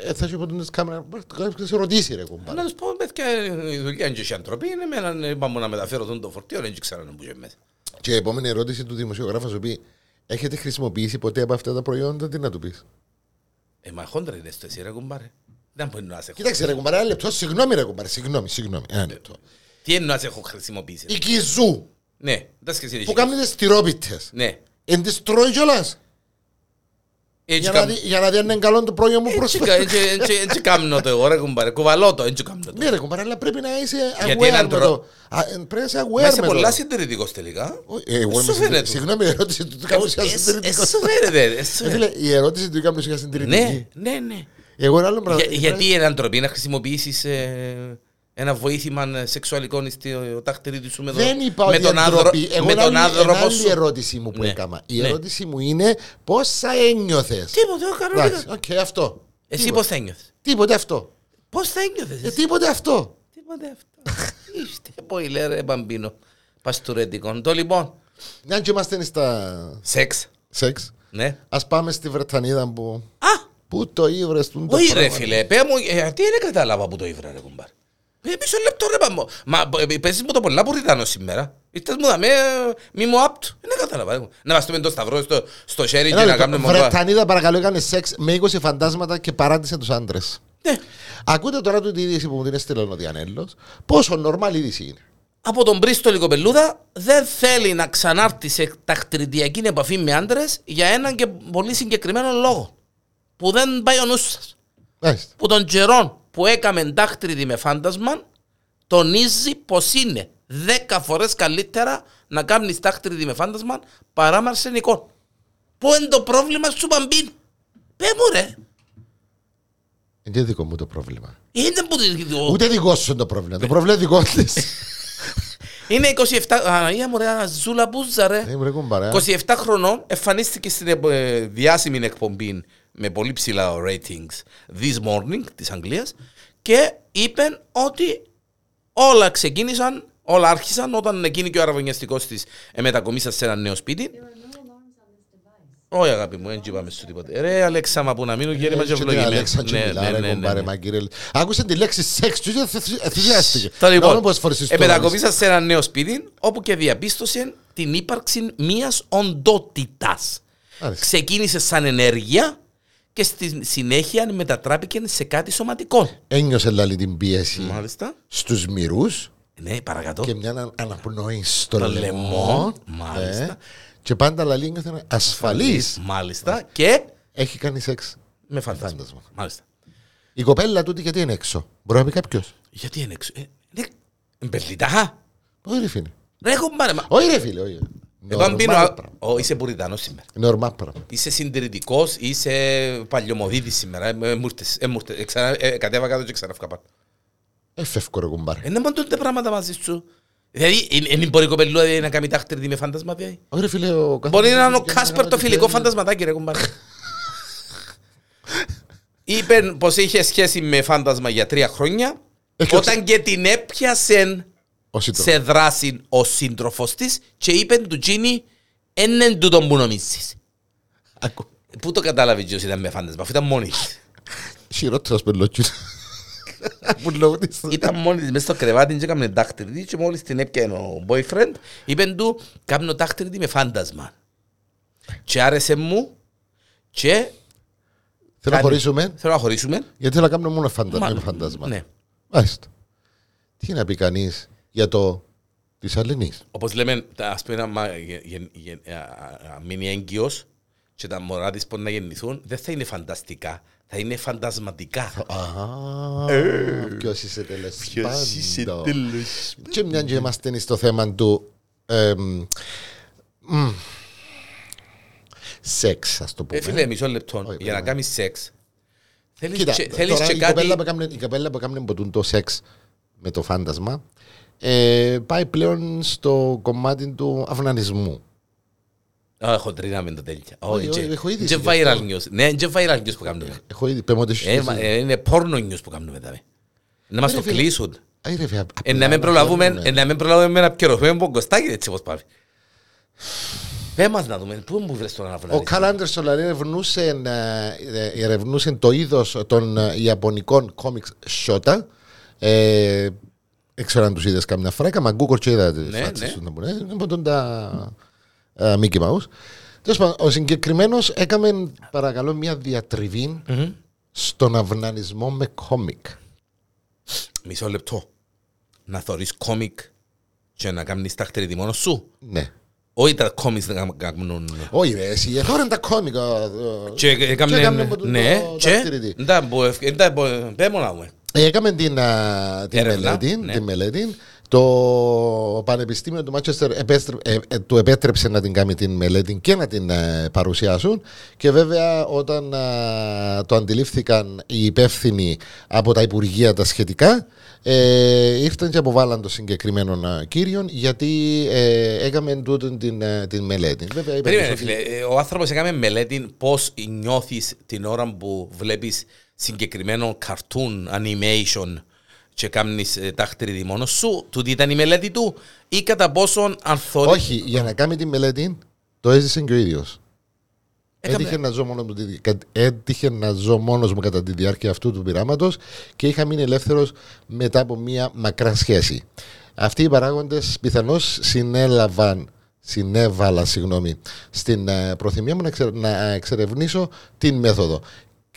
[SPEAKER 2] ε, Θα σου πω την κάμερα. Κάποιο θα σε ρωτήσει, ρε κουμπάρε.
[SPEAKER 1] Να τους πω, παιδιά, η δουλειά είναι και η αντροπή, είναι εμένα, ε, είπαμε να μεταφέρω τον το φορτίο, δεν ξέρω να μπούζε μέσα.
[SPEAKER 2] Και η επόμενη ερώτηση του δημοσιογράφου θα σου πει: Έχετε χρησιμοποιήσει ποτέ από αυτά τα προϊόντα, τι να του πεις.
[SPEAKER 1] Ε, μα χόντρα είναι στο εσύ, ρε κουμπάρε. Δεν μπορεί να σε έχω.
[SPEAKER 2] Κοίταξε, ρε κουμπάρε, ένα λεπτό. Συγγνώμη, ρε κουμπάρε. Συγγνώμη, συγγνώμη.
[SPEAKER 1] Ε,
[SPEAKER 2] Ένα λεπτό.
[SPEAKER 1] Τι εννοώ να σε έχω χρησιμοποιήσει. ρε.
[SPEAKER 2] Η Κιζού
[SPEAKER 1] Ναι, δεν σκέφτεσαι.
[SPEAKER 2] που κάνει τις τυρόπιτες.
[SPEAKER 1] Ναι.
[SPEAKER 2] Εν τις τρώει κιόλας.
[SPEAKER 1] Έτσι
[SPEAKER 2] Για να
[SPEAKER 1] κάμ-
[SPEAKER 2] δει- Για να δει αν είναι καλό το προϊόν που
[SPEAKER 1] έτσι κα-
[SPEAKER 2] προσφέρει.
[SPEAKER 1] έτσι- έτσι- έτσι κάμνω το εγώ, ρε κουμπάρε. Κουβαλώ το, έτσι κάμνω το.
[SPEAKER 2] Ναι, ρε κουμπάρε, αλλά πρέπει να είσαι
[SPEAKER 1] Γιατί
[SPEAKER 2] aware
[SPEAKER 1] έναν
[SPEAKER 2] με
[SPEAKER 1] τρο-
[SPEAKER 2] το. Α, ε, Πρέπει να είσαι aware
[SPEAKER 1] Μα
[SPEAKER 2] με
[SPEAKER 1] είσαι
[SPEAKER 2] το.
[SPEAKER 1] πολλά συντηρητικός τελικά.
[SPEAKER 2] Ο- ε, εγώ είμαι
[SPEAKER 1] Σου
[SPEAKER 2] συντηρη-
[SPEAKER 1] φαίνεται.
[SPEAKER 2] Συγγνώμη, η ερώτηση του κάπου
[SPEAKER 1] Ε,
[SPEAKER 2] ουσιαστικά
[SPEAKER 1] ε, ε,
[SPEAKER 2] συντηρητικό.
[SPEAKER 1] Σου φαίνεται. ε, σου
[SPEAKER 2] Ε,
[SPEAKER 1] φαίνεται.
[SPEAKER 2] φίλε, Η ερώτηση του κάπου ουσιαστικά συντηρητική.
[SPEAKER 1] Ναι, ναι, ναι.
[SPEAKER 2] Εγώ ένα άλλο πράγμα.
[SPEAKER 1] Για- Γιατί είναι αντροπή να χρησιμοποιήσεις ένα βοήθημα σεξουαλικό στο τάχτηρι σου με, το-
[SPEAKER 2] Δεν είπα
[SPEAKER 1] με
[SPEAKER 2] ότι
[SPEAKER 1] τον
[SPEAKER 2] είναι
[SPEAKER 1] άνθρω-
[SPEAKER 2] ντροπή. Εγώ
[SPEAKER 1] με
[SPEAKER 2] ένα
[SPEAKER 1] τον
[SPEAKER 2] άλλη- ένα
[SPEAKER 1] άνθρωπο
[SPEAKER 2] άλλη
[SPEAKER 1] σου.
[SPEAKER 2] ερώτησή μου που
[SPEAKER 1] Ναι.
[SPEAKER 2] έκανα. Η
[SPEAKER 1] Ναι.
[SPEAKER 2] ερώτηση μου είναι πόσα ένιωθες.
[SPEAKER 1] Τίποτα,
[SPEAKER 2] Εντάξει,
[SPEAKER 1] κανονικά.
[SPEAKER 2] οκ, αυτό.
[SPEAKER 1] Εσύ
[SPEAKER 2] Τίποτα.
[SPEAKER 1] πώς θα ένιωθες.
[SPEAKER 2] Τίποτε αυτό.
[SPEAKER 1] Πώς θα
[SPEAKER 2] Ε,
[SPEAKER 1] ένιωθε.
[SPEAKER 2] τίποτε αυτό.
[SPEAKER 1] Τίποτα αυτό. Είστε ποιλέ, ρε μπαμπίνο. Παστουρέντικο. Το λοιπόν.
[SPEAKER 2] Μια και είμαστε στα
[SPEAKER 1] Σεξ.
[SPEAKER 2] σεξ,
[SPEAKER 1] Ναι.
[SPEAKER 2] ας πάμε στη Βρετανίδα που...
[SPEAKER 1] Α!
[SPEAKER 2] Πού το ήβρες του το
[SPEAKER 1] Όχι ρε
[SPEAKER 2] πράγμα.
[SPEAKER 1] φίλε, πέ μου, ε, γιατί δεν κατάλαβα που το ήβρα ρε κουμπάρ. Ε, Μισό λεπτό ρε παμπό. Μα ε, παίζεις μου το πολλά που ριτάνω σήμερα. Ήρθες μου δαμέ, ε, μη μου άπτ. Δεν κατάλαβα. ρε κουμπάρ. Να βαστούμε το σταυρό στο, στο χέρι
[SPEAKER 2] Ένα
[SPEAKER 1] και να
[SPEAKER 2] λεπτό.
[SPEAKER 1] κάνουμε μόνο.
[SPEAKER 2] Βρετανίδα παρακαλώ έκανε σεξ με 20 φαντάσματα και παράτησε τους άντρες.
[SPEAKER 1] Ναι.
[SPEAKER 2] Ακούτε τώρα την είδηση που μου την έστειλε ο Διανέλος, πόσο normal είδηση είναι.
[SPEAKER 1] Από τον Πρίστολη κοπελούδα δεν θέλει να ξανάρθει σε τακτηριδιακή επαφή με άντρες για έναν και πολύ συγκεκριμένο λόγο. Που δεν πάει ο νους σας.
[SPEAKER 2] Μάλιστα.
[SPEAKER 1] που τον καιρό που έκαμε δάχτυλι με φάντασμα τονίζει πως είναι 10 φορές καλύτερα να κάνεις δάχτυλι με φάντασμα παρά με αρσενικό. Πού είναι το πρόβλημα σου, Παμπίν. Πε μου, ρε.
[SPEAKER 2] Είναι δικό μου το πρόβλημα.
[SPEAKER 1] Είναι, που...
[SPEAKER 2] Ούτε δικό σου είναι το πρόβλημα.
[SPEAKER 1] Ναι.
[SPEAKER 2] Το πρόβλημα είναι δικό της.
[SPEAKER 1] είναι 27. Αγία μου, ρε, ένα ζούλα μπούζα,
[SPEAKER 2] Ε,
[SPEAKER 1] ρε. 27 χρονών εμφανίστηκε στην επο- ε, διάσημη εκπομπή με πολύ ψηλά ratings This Morning της Αγγλίας και είπε ότι όλα ξεκίνησαν, όλα άρχισαν όταν εκείνη και ο αραβωνιαστικός της ε, μετακομίσαν σε ένα νέο σπίτι. Όχι αγάπη μου, δεν είπαμε σου τίποτε. Ρε Αλέξα, μα που να μείνω
[SPEAKER 2] Ε,
[SPEAKER 1] γέρημα και ευλογημένο. ναι,
[SPEAKER 2] Άκουσε τη λέξη σεξ και ενθουσιάστηκε.
[SPEAKER 1] Τώρα
[SPEAKER 2] Να δούμε
[SPEAKER 1] λοιπόν,
[SPEAKER 2] πώς φορήσεις το όνομα.
[SPEAKER 1] επετακομίσα σε ένα νέο σπίτι όπου και διαπίστωσε την ύπαρξη μιας οντότητας.
[SPEAKER 2] Μάλιστα.
[SPEAKER 1] Ξεκίνησε σαν ενέργεια και στη συνέχεια μετατράπηκε σε κάτι σωματικό.
[SPEAKER 2] Ένιωσε λαλή την πίεση
[SPEAKER 1] Μάλιστα.
[SPEAKER 2] στους μυρούς
[SPEAKER 1] Ναι, παρακατώ.
[SPEAKER 2] και μια ανα- αναπνοή στο
[SPEAKER 1] Το
[SPEAKER 2] λαιμό.
[SPEAKER 1] λαιμό, μάλιστα.
[SPEAKER 2] Ε, Και πάντα λαλή ένιωθε ασφαλής.
[SPEAKER 1] Ε, Μάλιστα. Και
[SPEAKER 2] Έχει κάνει σεξ.
[SPEAKER 1] με φαντάσμα.
[SPEAKER 2] Φάντασμα.
[SPEAKER 1] Μάλιστα.
[SPEAKER 2] Η κοπέλα τούτη γιατί είναι έξω. Μπορεί να πει κάποιος.
[SPEAKER 1] Γιατί είναι έξω. Ε, ναι, Μπελιτά.
[SPEAKER 2] Όχι ρε φίλε.
[SPEAKER 1] Ρε έχω μπάρε. μα-
[SPEAKER 2] Όχι ρε φίλε. όχι.
[SPEAKER 1] Εγώ αν πίνω-
[SPEAKER 2] Normal πράγμα.
[SPEAKER 1] Ω, Είσαι πουριτανός σήμερα.
[SPEAKER 2] Normal πράγμα.
[SPEAKER 1] Είσαι συντηρητικός, είσαι παλιωμοδίτης σήμερα. Ε, ε, μου ήρθες, ε, μου ήρθες. Ε, ξανά- ε, Κατέβα κάτω και ξανά πάνω. Ε, ναι,
[SPEAKER 2] Εφεύκο ρε κουμπάρε.
[SPEAKER 1] Είναι μόνο τα πράγματα μαζί σου. Δηλαδή, είναι- είναι μπορεί η κοπελούα δηλαδή, να κάνει τάχτερη με φάντασμα, δηλαδή.
[SPEAKER 2] Όχι ρε φίλε. ο καθένας
[SPEAKER 1] Μπορεί να είναι ο
[SPEAKER 2] κάνει
[SPEAKER 1] Κάσπερ το
[SPEAKER 2] ό,τι
[SPEAKER 1] φιλικό
[SPEAKER 2] θέλει.
[SPEAKER 1] φαντασματάκι, ρε κουμπάρε. Είπε πως είχε σχέση με φάντασμα για τρία χρόνια.
[SPEAKER 2] Έχει
[SPEAKER 1] Όταν και την έπιασε
[SPEAKER 2] Ο σύντροφος.
[SPEAKER 1] σε δράση ο σύντροφος της και είπε του Τζίνι, έναν τούτον που νομίζεις.
[SPEAKER 2] Ακού.
[SPEAKER 1] Πού το κατάλαβε η Τζίνι ήταν με φάντασμα, αφού ήταν μόνη της.
[SPEAKER 2] Χειρότερος πελόκιος. Που λόγω της.
[SPEAKER 1] Ήταν μόνη της μέσα στο κρεβάτι και έκαμε δάχτυλι και μόλις την έπιανε ο boyfriend είπε του κάνω δάχτυλι με φάντασμα. Και άρεσε μου και
[SPEAKER 2] Θέλω να
[SPEAKER 1] κάνει.
[SPEAKER 2] χωρίσουμε.
[SPEAKER 1] θέλω να χωρίσουμε.
[SPEAKER 2] Γιατί θέλω να κάνουμε μόνο φαντα- με
[SPEAKER 1] Μάλλον.
[SPEAKER 2] φαντάσμα.
[SPEAKER 1] Ναι.
[SPEAKER 2] Μάλιστα. Τι να πει κανείς για το της Αλληνής.
[SPEAKER 1] Όπως λέμε, τα- ας πούμε, άμα γε- γεν- γεν- α- α- α- μείνει έγκυος και τα μωρά της μπορεί να γεννηθούν, δεν θα είναι φανταστικά, θα είναι φαντασματικά.
[SPEAKER 2] Α, Ποιος είσαι τέλος
[SPEAKER 1] Ε. Ποιος είσαι
[SPEAKER 2] πάντων.
[SPEAKER 1] τέλος.
[SPEAKER 2] Και μια και είμαστε στο θέμα του εμ, μ, σεξ, ας το
[SPEAKER 1] Ε, φίλε,
[SPEAKER 2] πούμε.
[SPEAKER 1] μισό λεπτό,
[SPEAKER 2] Όχι,
[SPEAKER 1] για να
[SPEAKER 2] περίμενε.
[SPEAKER 1] κάνεις σεξ, θέλεις
[SPEAKER 2] Κοίτα,
[SPEAKER 1] και-
[SPEAKER 2] τώρα
[SPEAKER 1] θέλεις και
[SPEAKER 2] η κοπέλα
[SPEAKER 1] κάτι...
[SPEAKER 2] που έκαμνε- η κοπέλα που έκανε ποτούν το σεξ με το φάντασμα ε, πάει πλέον στο κομμάτι του αυνανισμού.
[SPEAKER 1] Α, χοντρίναμε το τέλεια.
[SPEAKER 2] Όχι,
[SPEAKER 1] Όχι,
[SPEAKER 2] όχι, έχω
[SPEAKER 1] και-
[SPEAKER 2] είδηση
[SPEAKER 1] και
[SPEAKER 2] γι'
[SPEAKER 1] viral
[SPEAKER 2] αυτό.
[SPEAKER 1] news. Ναι, και viral news που κάνουμε.
[SPEAKER 2] Έχω ήδη πέμπω ότι
[SPEAKER 1] Ε, μα, ε, Είναι πόρνο news που κάνουμε μετά. Να μας
[SPEAKER 2] Ρε
[SPEAKER 1] το
[SPEAKER 2] φίλε.
[SPEAKER 1] κλείσουν.
[SPEAKER 2] Άι, ρε, φίλε,
[SPEAKER 1] Ε,
[SPEAKER 2] απλά
[SPEAKER 1] Να μην προλάβουμε
[SPEAKER 2] παίρνουμε.
[SPEAKER 1] ε, να μην προλάβουμε ένα πιερωμένο πογκοστάκι έτσι όπως πάει. Πε μας να δούμε, πού μου βρες τον αναβλάδι.
[SPEAKER 2] Ο Καλ Άντερσον δηλαδή ερευνούσε, ε, ερευνούσε το είδος των ε, Ιαπωνικών κόμιξ σιώτα. Ε, δεν ξέρω αν τους είδες καμιά φορά. Έκανα Google και είδα τις
[SPEAKER 1] Ναι, ναι.
[SPEAKER 2] φάτσε τους να πούνε. Είναι από τον τα ε, Mickey Mouse. Τέλος πάντων, ο συγκεκριμένος έκαμε παρακαλώ μια διατριβή στον αυνανισμό με κόμικ.
[SPEAKER 1] Μισό λεπτό. Να θωρείς κόμικ και να κάνεις τάχτερη μόνος σου.
[SPEAKER 2] Ναι.
[SPEAKER 1] Όχι τα κόμικς να κάνουν...
[SPEAKER 2] Όχι, ρε, εσύ, ε, τώρα είναι τα κόμικ. ε, ε,
[SPEAKER 1] Και
[SPEAKER 2] έκαμνε
[SPEAKER 1] έκαμε...
[SPEAKER 2] με τον-
[SPEAKER 1] Ναι,
[SPEAKER 2] το-
[SPEAKER 1] και...
[SPEAKER 2] ταχτηρίδι.
[SPEAKER 1] Εντά, μπο- ευ- εντά, μπο- πέ μου να δούμε.
[SPEAKER 2] Ε, Έκαμε την, α, την,
[SPEAKER 1] Έρευνα,
[SPEAKER 2] μελέτη,
[SPEAKER 1] ναι.
[SPEAKER 2] την μελέτη. Το Πανεπιστήμιο του Μάτσεστερ ε, του επέτρεψε να την κάνει την μελέτη και να την ε, παρουσιάσουν. Και βέβαια όταν α, το αντιλήφθηκαν οι υπεύθυνοι από τα Υπουργεία τα σχετικά, ε, ήρθαν και αποβάλλαν το συγκεκριμένο κύριο γιατί ε, έκαμε τούτον την, ε, την μελέτη. Βέβαια, είπε
[SPEAKER 1] Περίμενε,
[SPEAKER 2] ότι-
[SPEAKER 1] φίλε. Ε, Ο άνθρωπος έκανε μελέτη πώς νιώθεις την ώρα που βλέπεις συγκεκριμένο cartoon animation και ε, κάνει τάχτηρη μόνο σου. Τούτη ήταν η μελέτη του, ή κατά πόσον αν θωρεί-
[SPEAKER 2] Όχι, για να κάνει την μελέτη το έζησε και ο ίδιος.
[SPEAKER 1] Έκαμε-
[SPEAKER 2] Έτυχε να, ζω μόνος μου, τη- κα- έτυχε να ζω μόνος μου κατά τη διάρκεια αυτού του πειράματος και είχα μείνει ελεύθερος μετά από μία μακρά σχέση. Αυτοί οι παράγοντες πιθανώς συνέλαβαν, συνέβαλα συγγνώμη, στην ε, προθυμία μου να, εξε- να εξερευνήσω την μέθοδο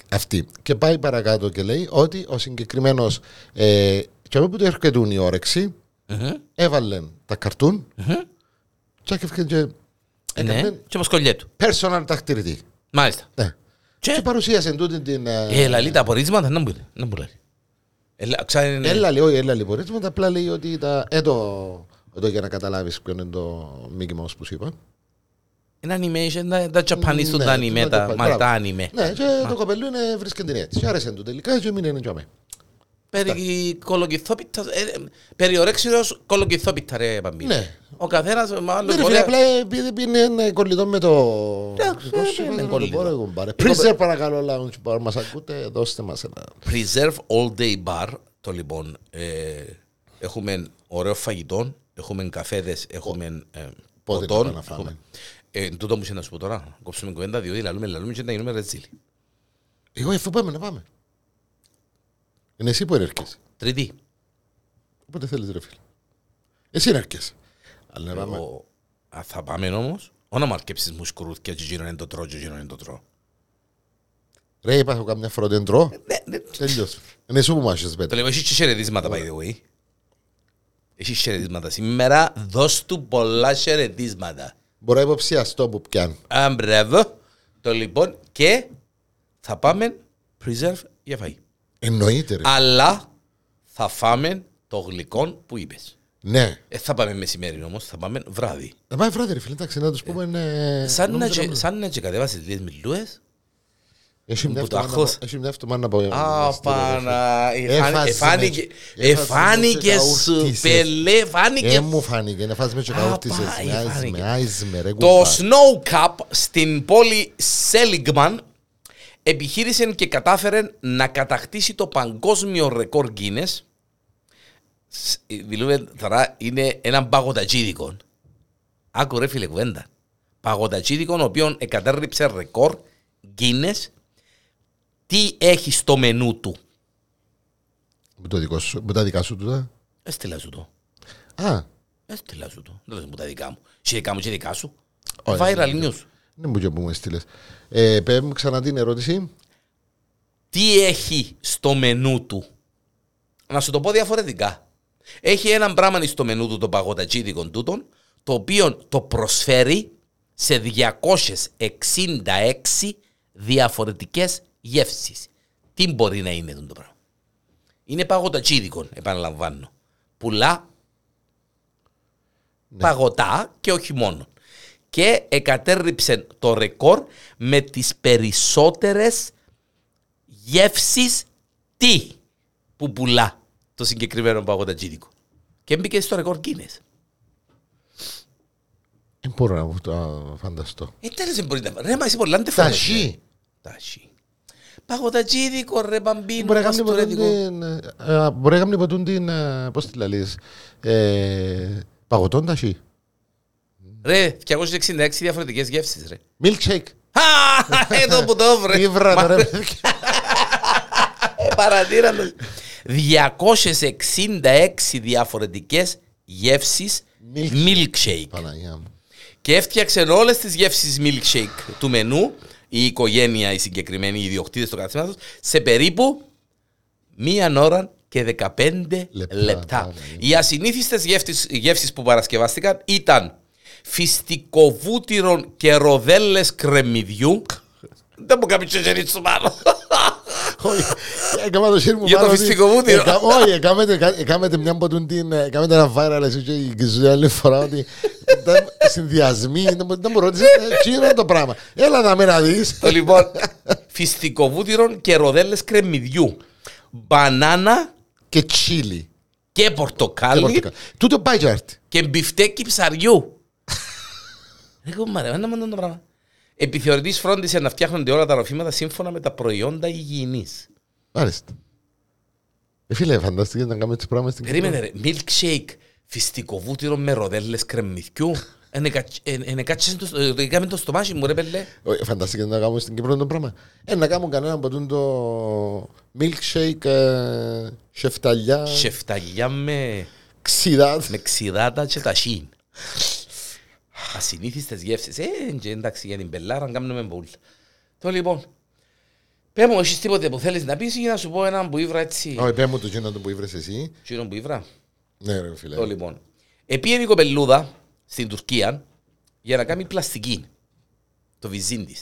[SPEAKER 2] αυτή. Και πάει παρακάτω και λέει ότι ο συγκεκριμένος ε, και από που του έρχεται η όρεξη
[SPEAKER 1] Μμμ.
[SPEAKER 2] έβαλε τα καρτούν και έφυγε και
[SPEAKER 1] Ναι,
[SPEAKER 2] έκαμε
[SPEAKER 1] και από σκολιέ του.
[SPEAKER 2] personal τακτηριτή.
[SPEAKER 1] Μάλιστα.
[SPEAKER 2] Ναι.
[SPEAKER 1] Και-
[SPEAKER 2] Και παρουσίασε τούτη την. ε,
[SPEAKER 1] Ε, λαλεί Ε. τα απορίσματα, να μου λέει. Να μου λέει. Ε, λα- ξανά είναι-
[SPEAKER 2] Έλα λέει, όχι, έλα λέει πορίσματα, απλά λέει ότι τα. Εδώ, εδώ για να καταλάβεις ποιο είναι το Mickey Mouse που σου είπα.
[SPEAKER 1] Είναι animation, τα- τα Japanese του
[SPEAKER 2] Ναι,
[SPEAKER 1] τα anime,
[SPEAKER 2] το-
[SPEAKER 1] τα-
[SPEAKER 2] το-
[SPEAKER 1] μα,
[SPEAKER 2] μπράβο.
[SPEAKER 1] τα anime.
[SPEAKER 2] Ναι, και το κοπελού είναι βρίσκεται έτσι. Και άρεσε του τελικά, και μείνει έτσι αμέ.
[SPEAKER 1] Περί κολοκυθόπιτα. Περί ορέξιδος κολοκυθόπιτα, ρε Παμπίνη.
[SPEAKER 2] Ναι.
[SPEAKER 1] Ο καθένας μάλλον.
[SPEAKER 2] Ναι, ρε φίλε, απλά επειδή πίνει ένα κολλητό με το.
[SPEAKER 1] Εντάξει,
[SPEAKER 2] δικό σου,
[SPEAKER 1] δεν
[SPEAKER 2] είπα,
[SPEAKER 1] είναι
[SPEAKER 2] να το
[SPEAKER 1] κολλητό.
[SPEAKER 2] πάρω εγώ, μπάρε. Πρίζερ, παρακαλώ, λαούν, μας ακούτε, δώστε μας ένα.
[SPEAKER 1] Preserve All Day Bar, το λοιπόν. ε, έχουμε ωραίο φαγητό, έχουμε καφέδες, έχουμε ε,
[SPEAKER 2] Πότε
[SPEAKER 1] ποτόν,
[SPEAKER 2] να πάμε να
[SPEAKER 1] έχουμε-
[SPEAKER 2] φάμε.
[SPEAKER 1] Ε, τούτο μου είσαι να σου πω τώρα, να κόψουμε κουβέντα, διότι λαλούμε, λαλούμε και να γίνουμε ρετσίλι.
[SPEAKER 2] Εγώ εφού πάμε να πάμε. Είναι εσύ που έρχεσαι.
[SPEAKER 1] Τρίτη,
[SPEAKER 2] Όποτε θέλεις, ρε φίλε. Εσύ έρχεσαι. Αλλά να Ναι, πάμε.
[SPEAKER 1] εγώ, α, θα πάμε όμως, όνα μου αρκέψεις μου σκουρούθκια και γύρω είναι το τρώω και γύρω είναι το τρώω.
[SPEAKER 2] Ρε, είπα έχω κάμια φορά δεν τρώω.
[SPEAKER 1] Ναι, ναι.
[SPEAKER 2] Τέλειωσε. Είναι σου που μάχεσαι
[SPEAKER 1] Το
[SPEAKER 2] πέτρα.
[SPEAKER 1] λέω, έχεις και χαιρετίσματα, by the way. Έχεις χαιρετίσματα. Σήμερα δώσ' του πολλά χαιρετίσματα.
[SPEAKER 2] Μπορώ να υποψιαστώ που πιάνει.
[SPEAKER 1] Α, μπράβο. Το λοιπόν και θα πάμε preserve για φαΐ.
[SPEAKER 2] Εννοείται ρε.
[SPEAKER 1] Αλλά θα φάμε το γλυκό που είπες.
[SPEAKER 2] Ναι.
[SPEAKER 1] Ε, θα πάμε μεσημέρι όμως, θα πάμε βράδυ.
[SPEAKER 2] Να πάει βράδυ ρε φίλε, εντάξει, να τους πούμε... ε,
[SPEAKER 1] Σαν να,
[SPEAKER 2] νόμιζα
[SPEAKER 1] και,
[SPEAKER 2] να-
[SPEAKER 1] σαν να και κατέβασες τις μιλούες.
[SPEAKER 2] Έχει μια
[SPEAKER 1] που το
[SPEAKER 2] αυτομάνα να
[SPEAKER 1] αχώς.
[SPEAKER 2] πω- Έχει μια αυτομάνα να πω...
[SPEAKER 1] Α, Πανα, εφάν-
[SPEAKER 2] Έφασε
[SPEAKER 1] εφάνηκε-
[SPEAKER 2] με- έφασε με
[SPEAKER 1] εφάνηκε σου,
[SPEAKER 2] τσεκαούρτισες.
[SPEAKER 1] πελέ, φάνηκε
[SPEAKER 2] Ε, μου φάνηκε, να φας με τσοκαούρτισες,
[SPEAKER 1] πάει,
[SPEAKER 2] με
[SPEAKER 1] φάνηκε.
[SPEAKER 2] άισμερ, άισμερ, ρε
[SPEAKER 1] Το
[SPEAKER 2] κουμπάρ.
[SPEAKER 1] Snow Cup στην πόλη Σέλιγμαν επιχείρησε και κατάφερε να κατακτήσει το παγκόσμιο ρεκόρ Guinness. Σ- ε, Μιλούμε τώρα, είναι έναν παγωτατζίδικο. Άκου ρε φίλε κουβέντα. Παγωτατζίδικο, ο οποίον εκατέρριψε ρεκόρ Guinness. Τι έχει στο μενού του.
[SPEAKER 2] Με το δικό σου, με τα δικά σου τούτα.
[SPEAKER 1] Έστειλα σου το.
[SPEAKER 2] Α,
[SPEAKER 1] Έστειλα σου το. Δεν λες μου τα δικά μου. Σε δικά μου και δικά σου.
[SPEAKER 2] Όχι.
[SPEAKER 1] Viral news.
[SPEAKER 2] δεν μου και που μου έστειλες. Ε, Πες μου ξανά την ερώτηση.
[SPEAKER 1] τι έχει στο μενού του. Να σου το πω διαφορετικά. Έχει ένα πράγμα στο μενού του το παγωτατζίδικο τούτον, το οποίο το προσφέρει σε 266 διαφορετικές γεύσεις. Τι μπορεί να είναι αυτό το πράγμα. Είναι παγωτατζίδικο, επαναλαμβάνω. Πουλά
[SPEAKER 2] Ναι.
[SPEAKER 1] παγωτά και όχι μόνο. Και εκατέρριψε το ρεκόρ με τις περισσότερες γεύσεις τι που πουλά το συγκεκριμένο παγωτατζίδικο. Και μπήκε στο ρεκόρ Guinness.
[SPEAKER 2] Δεν μπορώ να μου το φανταστώ. Ναι.
[SPEAKER 1] Ε, τέλος δεν μπορεί να... Ρε, μα είσαι πολλά
[SPEAKER 2] Τα
[SPEAKER 1] αντεφόρες.
[SPEAKER 2] χ.
[SPEAKER 1] Ταχύ. Παγωτατζίδικο, ρε, μπαμπίνο,
[SPEAKER 2] Μπορεί να κάνει ποτούν
[SPEAKER 1] παστορέτικο.
[SPEAKER 2] την, ε, μπορεί να κάνει ποτούν την, ε, πώς τη λαλείς, ε, παγωτών ταχύ.
[SPEAKER 1] Ρε, 266 διαφορετικές γεύσεις, ρε.
[SPEAKER 2] Milkshake.
[SPEAKER 1] Χα! Εδώ που το βρε.
[SPEAKER 2] Τι βράδυ, ρε παιδιά.
[SPEAKER 1] Παρατήραντος. 266 διαφορετικές γεύσεις
[SPEAKER 2] Milkshake.
[SPEAKER 1] milkshake.
[SPEAKER 2] Παναγία μου.
[SPEAKER 1] Και έφτιαξε όλες τις γεύσεις milkshake του μενού, η οικογένεια, οι συγκεκριμένοι οι ιδιοκτήτες του καταστήματο, σε περίπου μία ώρα και 15 λεπτά. ναι.
[SPEAKER 2] Λεπτά, πάμε.
[SPEAKER 1] Οι ασυνήθιστες γεύσεις που παρασκευάστηκαν ήταν φιστικοβούτυρον και ροδέλες κρεμμυδιού. Δεν μου κάνει τσεζερίτσου μάλλον.
[SPEAKER 2] Όχι, ε, έκανα το χέρι μου
[SPEAKER 1] Για το
[SPEAKER 2] πάνω ότι-
[SPEAKER 1] φυσικό βούτυρο.
[SPEAKER 2] Εκα- Όχι, ε, έκαμετε- εκα- έκαμετε μια από τούν την... ε, Έκαμετε ένα viral εσύ και η ζωή άλλη φορά ότι... ήταν Συνδυασμοί, δεν μπο- δεν μπορώ να Τι είναι το πράγμα. Έλα να με να δεις.
[SPEAKER 1] Το λοιπόν, φιστικοβούτυρον και ροδέλες κρεμμυδιού. Μπανάνα
[SPEAKER 2] Και τσίλι.
[SPEAKER 1] και πορτοκάλι.
[SPEAKER 2] Τούτο πάει και έρθει.
[SPEAKER 1] και μπιφτέκι ψαριού. Εγώ μαρέ, ένα μόνο το πράγμα. Επιθεωρητής φρόντισε να φτιάχνονται όλα τα ροφήματα σύμφωνα με τα προϊόντα υγιεινής.
[SPEAKER 2] Μάλιστα. Ε, φίλε, φαντάστηκες να κάνουμε έτσι πράγμα στην
[SPEAKER 1] Περίμενε, ρε. Milkshake, φυστικό βούτυρο με Ε, ροδέλες κρεμμυθιού. Ενεκάτσε το, ναι, ε, το έκαμε το στομάχι μου, ρε πελέ.
[SPEAKER 2] Όχι, Φαντάστηκες να κάνουμε στην Κύπρο το πράγμα. Ε, να κάνουν κανένα από τούν το milkshake, ε, σεφταλιά,
[SPEAKER 1] Σεφταγιά με,
[SPEAKER 2] ξύδα.
[SPEAKER 1] με ξυδάτα και ταχύν. Ασυνήθιστες γεύσεις. Ε, και εντάξει, για την πελάρα κάνουμε μπουλ. Το λοιπόν. Πε μου, έχεις τίποτε που θέλεις να πεις ή να σου πω έναν που ήβρα έτσι.
[SPEAKER 2] Όχι, πέ μου το γίνοντο που ήβρες εσύ.
[SPEAKER 1] Τσίνο που ήβρα.
[SPEAKER 2] Ναι, ρε φίλε.
[SPEAKER 1] Το λοιπόν. Επίε η κοπελούδα στην Τουρκία για να κάνει πλαστική. Το βυζίν τη.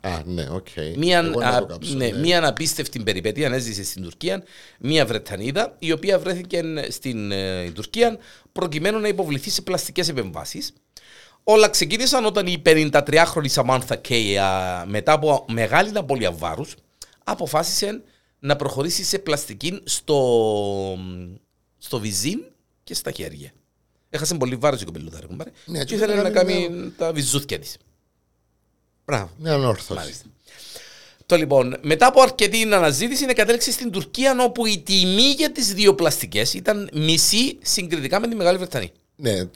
[SPEAKER 2] Α, ναι, οκ.
[SPEAKER 1] Μία,
[SPEAKER 2] Εγώ να
[SPEAKER 1] α,
[SPEAKER 2] το κάψω,
[SPEAKER 1] ναι,
[SPEAKER 2] ναι.
[SPEAKER 1] μία αναπίστευτη περιπέτεια ανέζησε στην Τουρκία μία Βρετανίδα η οποία βρέθηκε στην ε, Τουρκία προκειμένου να υποβληθεί σε πλαστικές επεμβάσεις. Όλα ξεκίνησαν όταν η 53χρονη Σαμάνθα Κέι α, μετά από μεγάλη απώλεια βάρους αποφάσισε να προχωρήσει σε πλαστική στο, στο βυζίν και στα χέρια. Έχασε πολύ βάρος η κοπελούδα ρε κουμπάρε.
[SPEAKER 2] Ναι,
[SPEAKER 1] και
[SPEAKER 2] και
[SPEAKER 1] ήθελε να
[SPEAKER 2] να
[SPEAKER 1] κάνει
[SPEAKER 2] κάνει
[SPEAKER 1] τα βυζούθια της. Μπράβο.
[SPEAKER 2] Ναι, ανόρθωση.
[SPEAKER 1] Μάλιστα. Το λοιπόν, μετά από αρκετή αναζήτηση, είναι κατέληξε στην Τουρκία όπου η τιμή για τις δύο πλαστικές ήταν μισή συγκριτικά με τη Μεγάλη Βρετανία.
[SPEAKER 2] Ναι,
[SPEAKER 1] Α,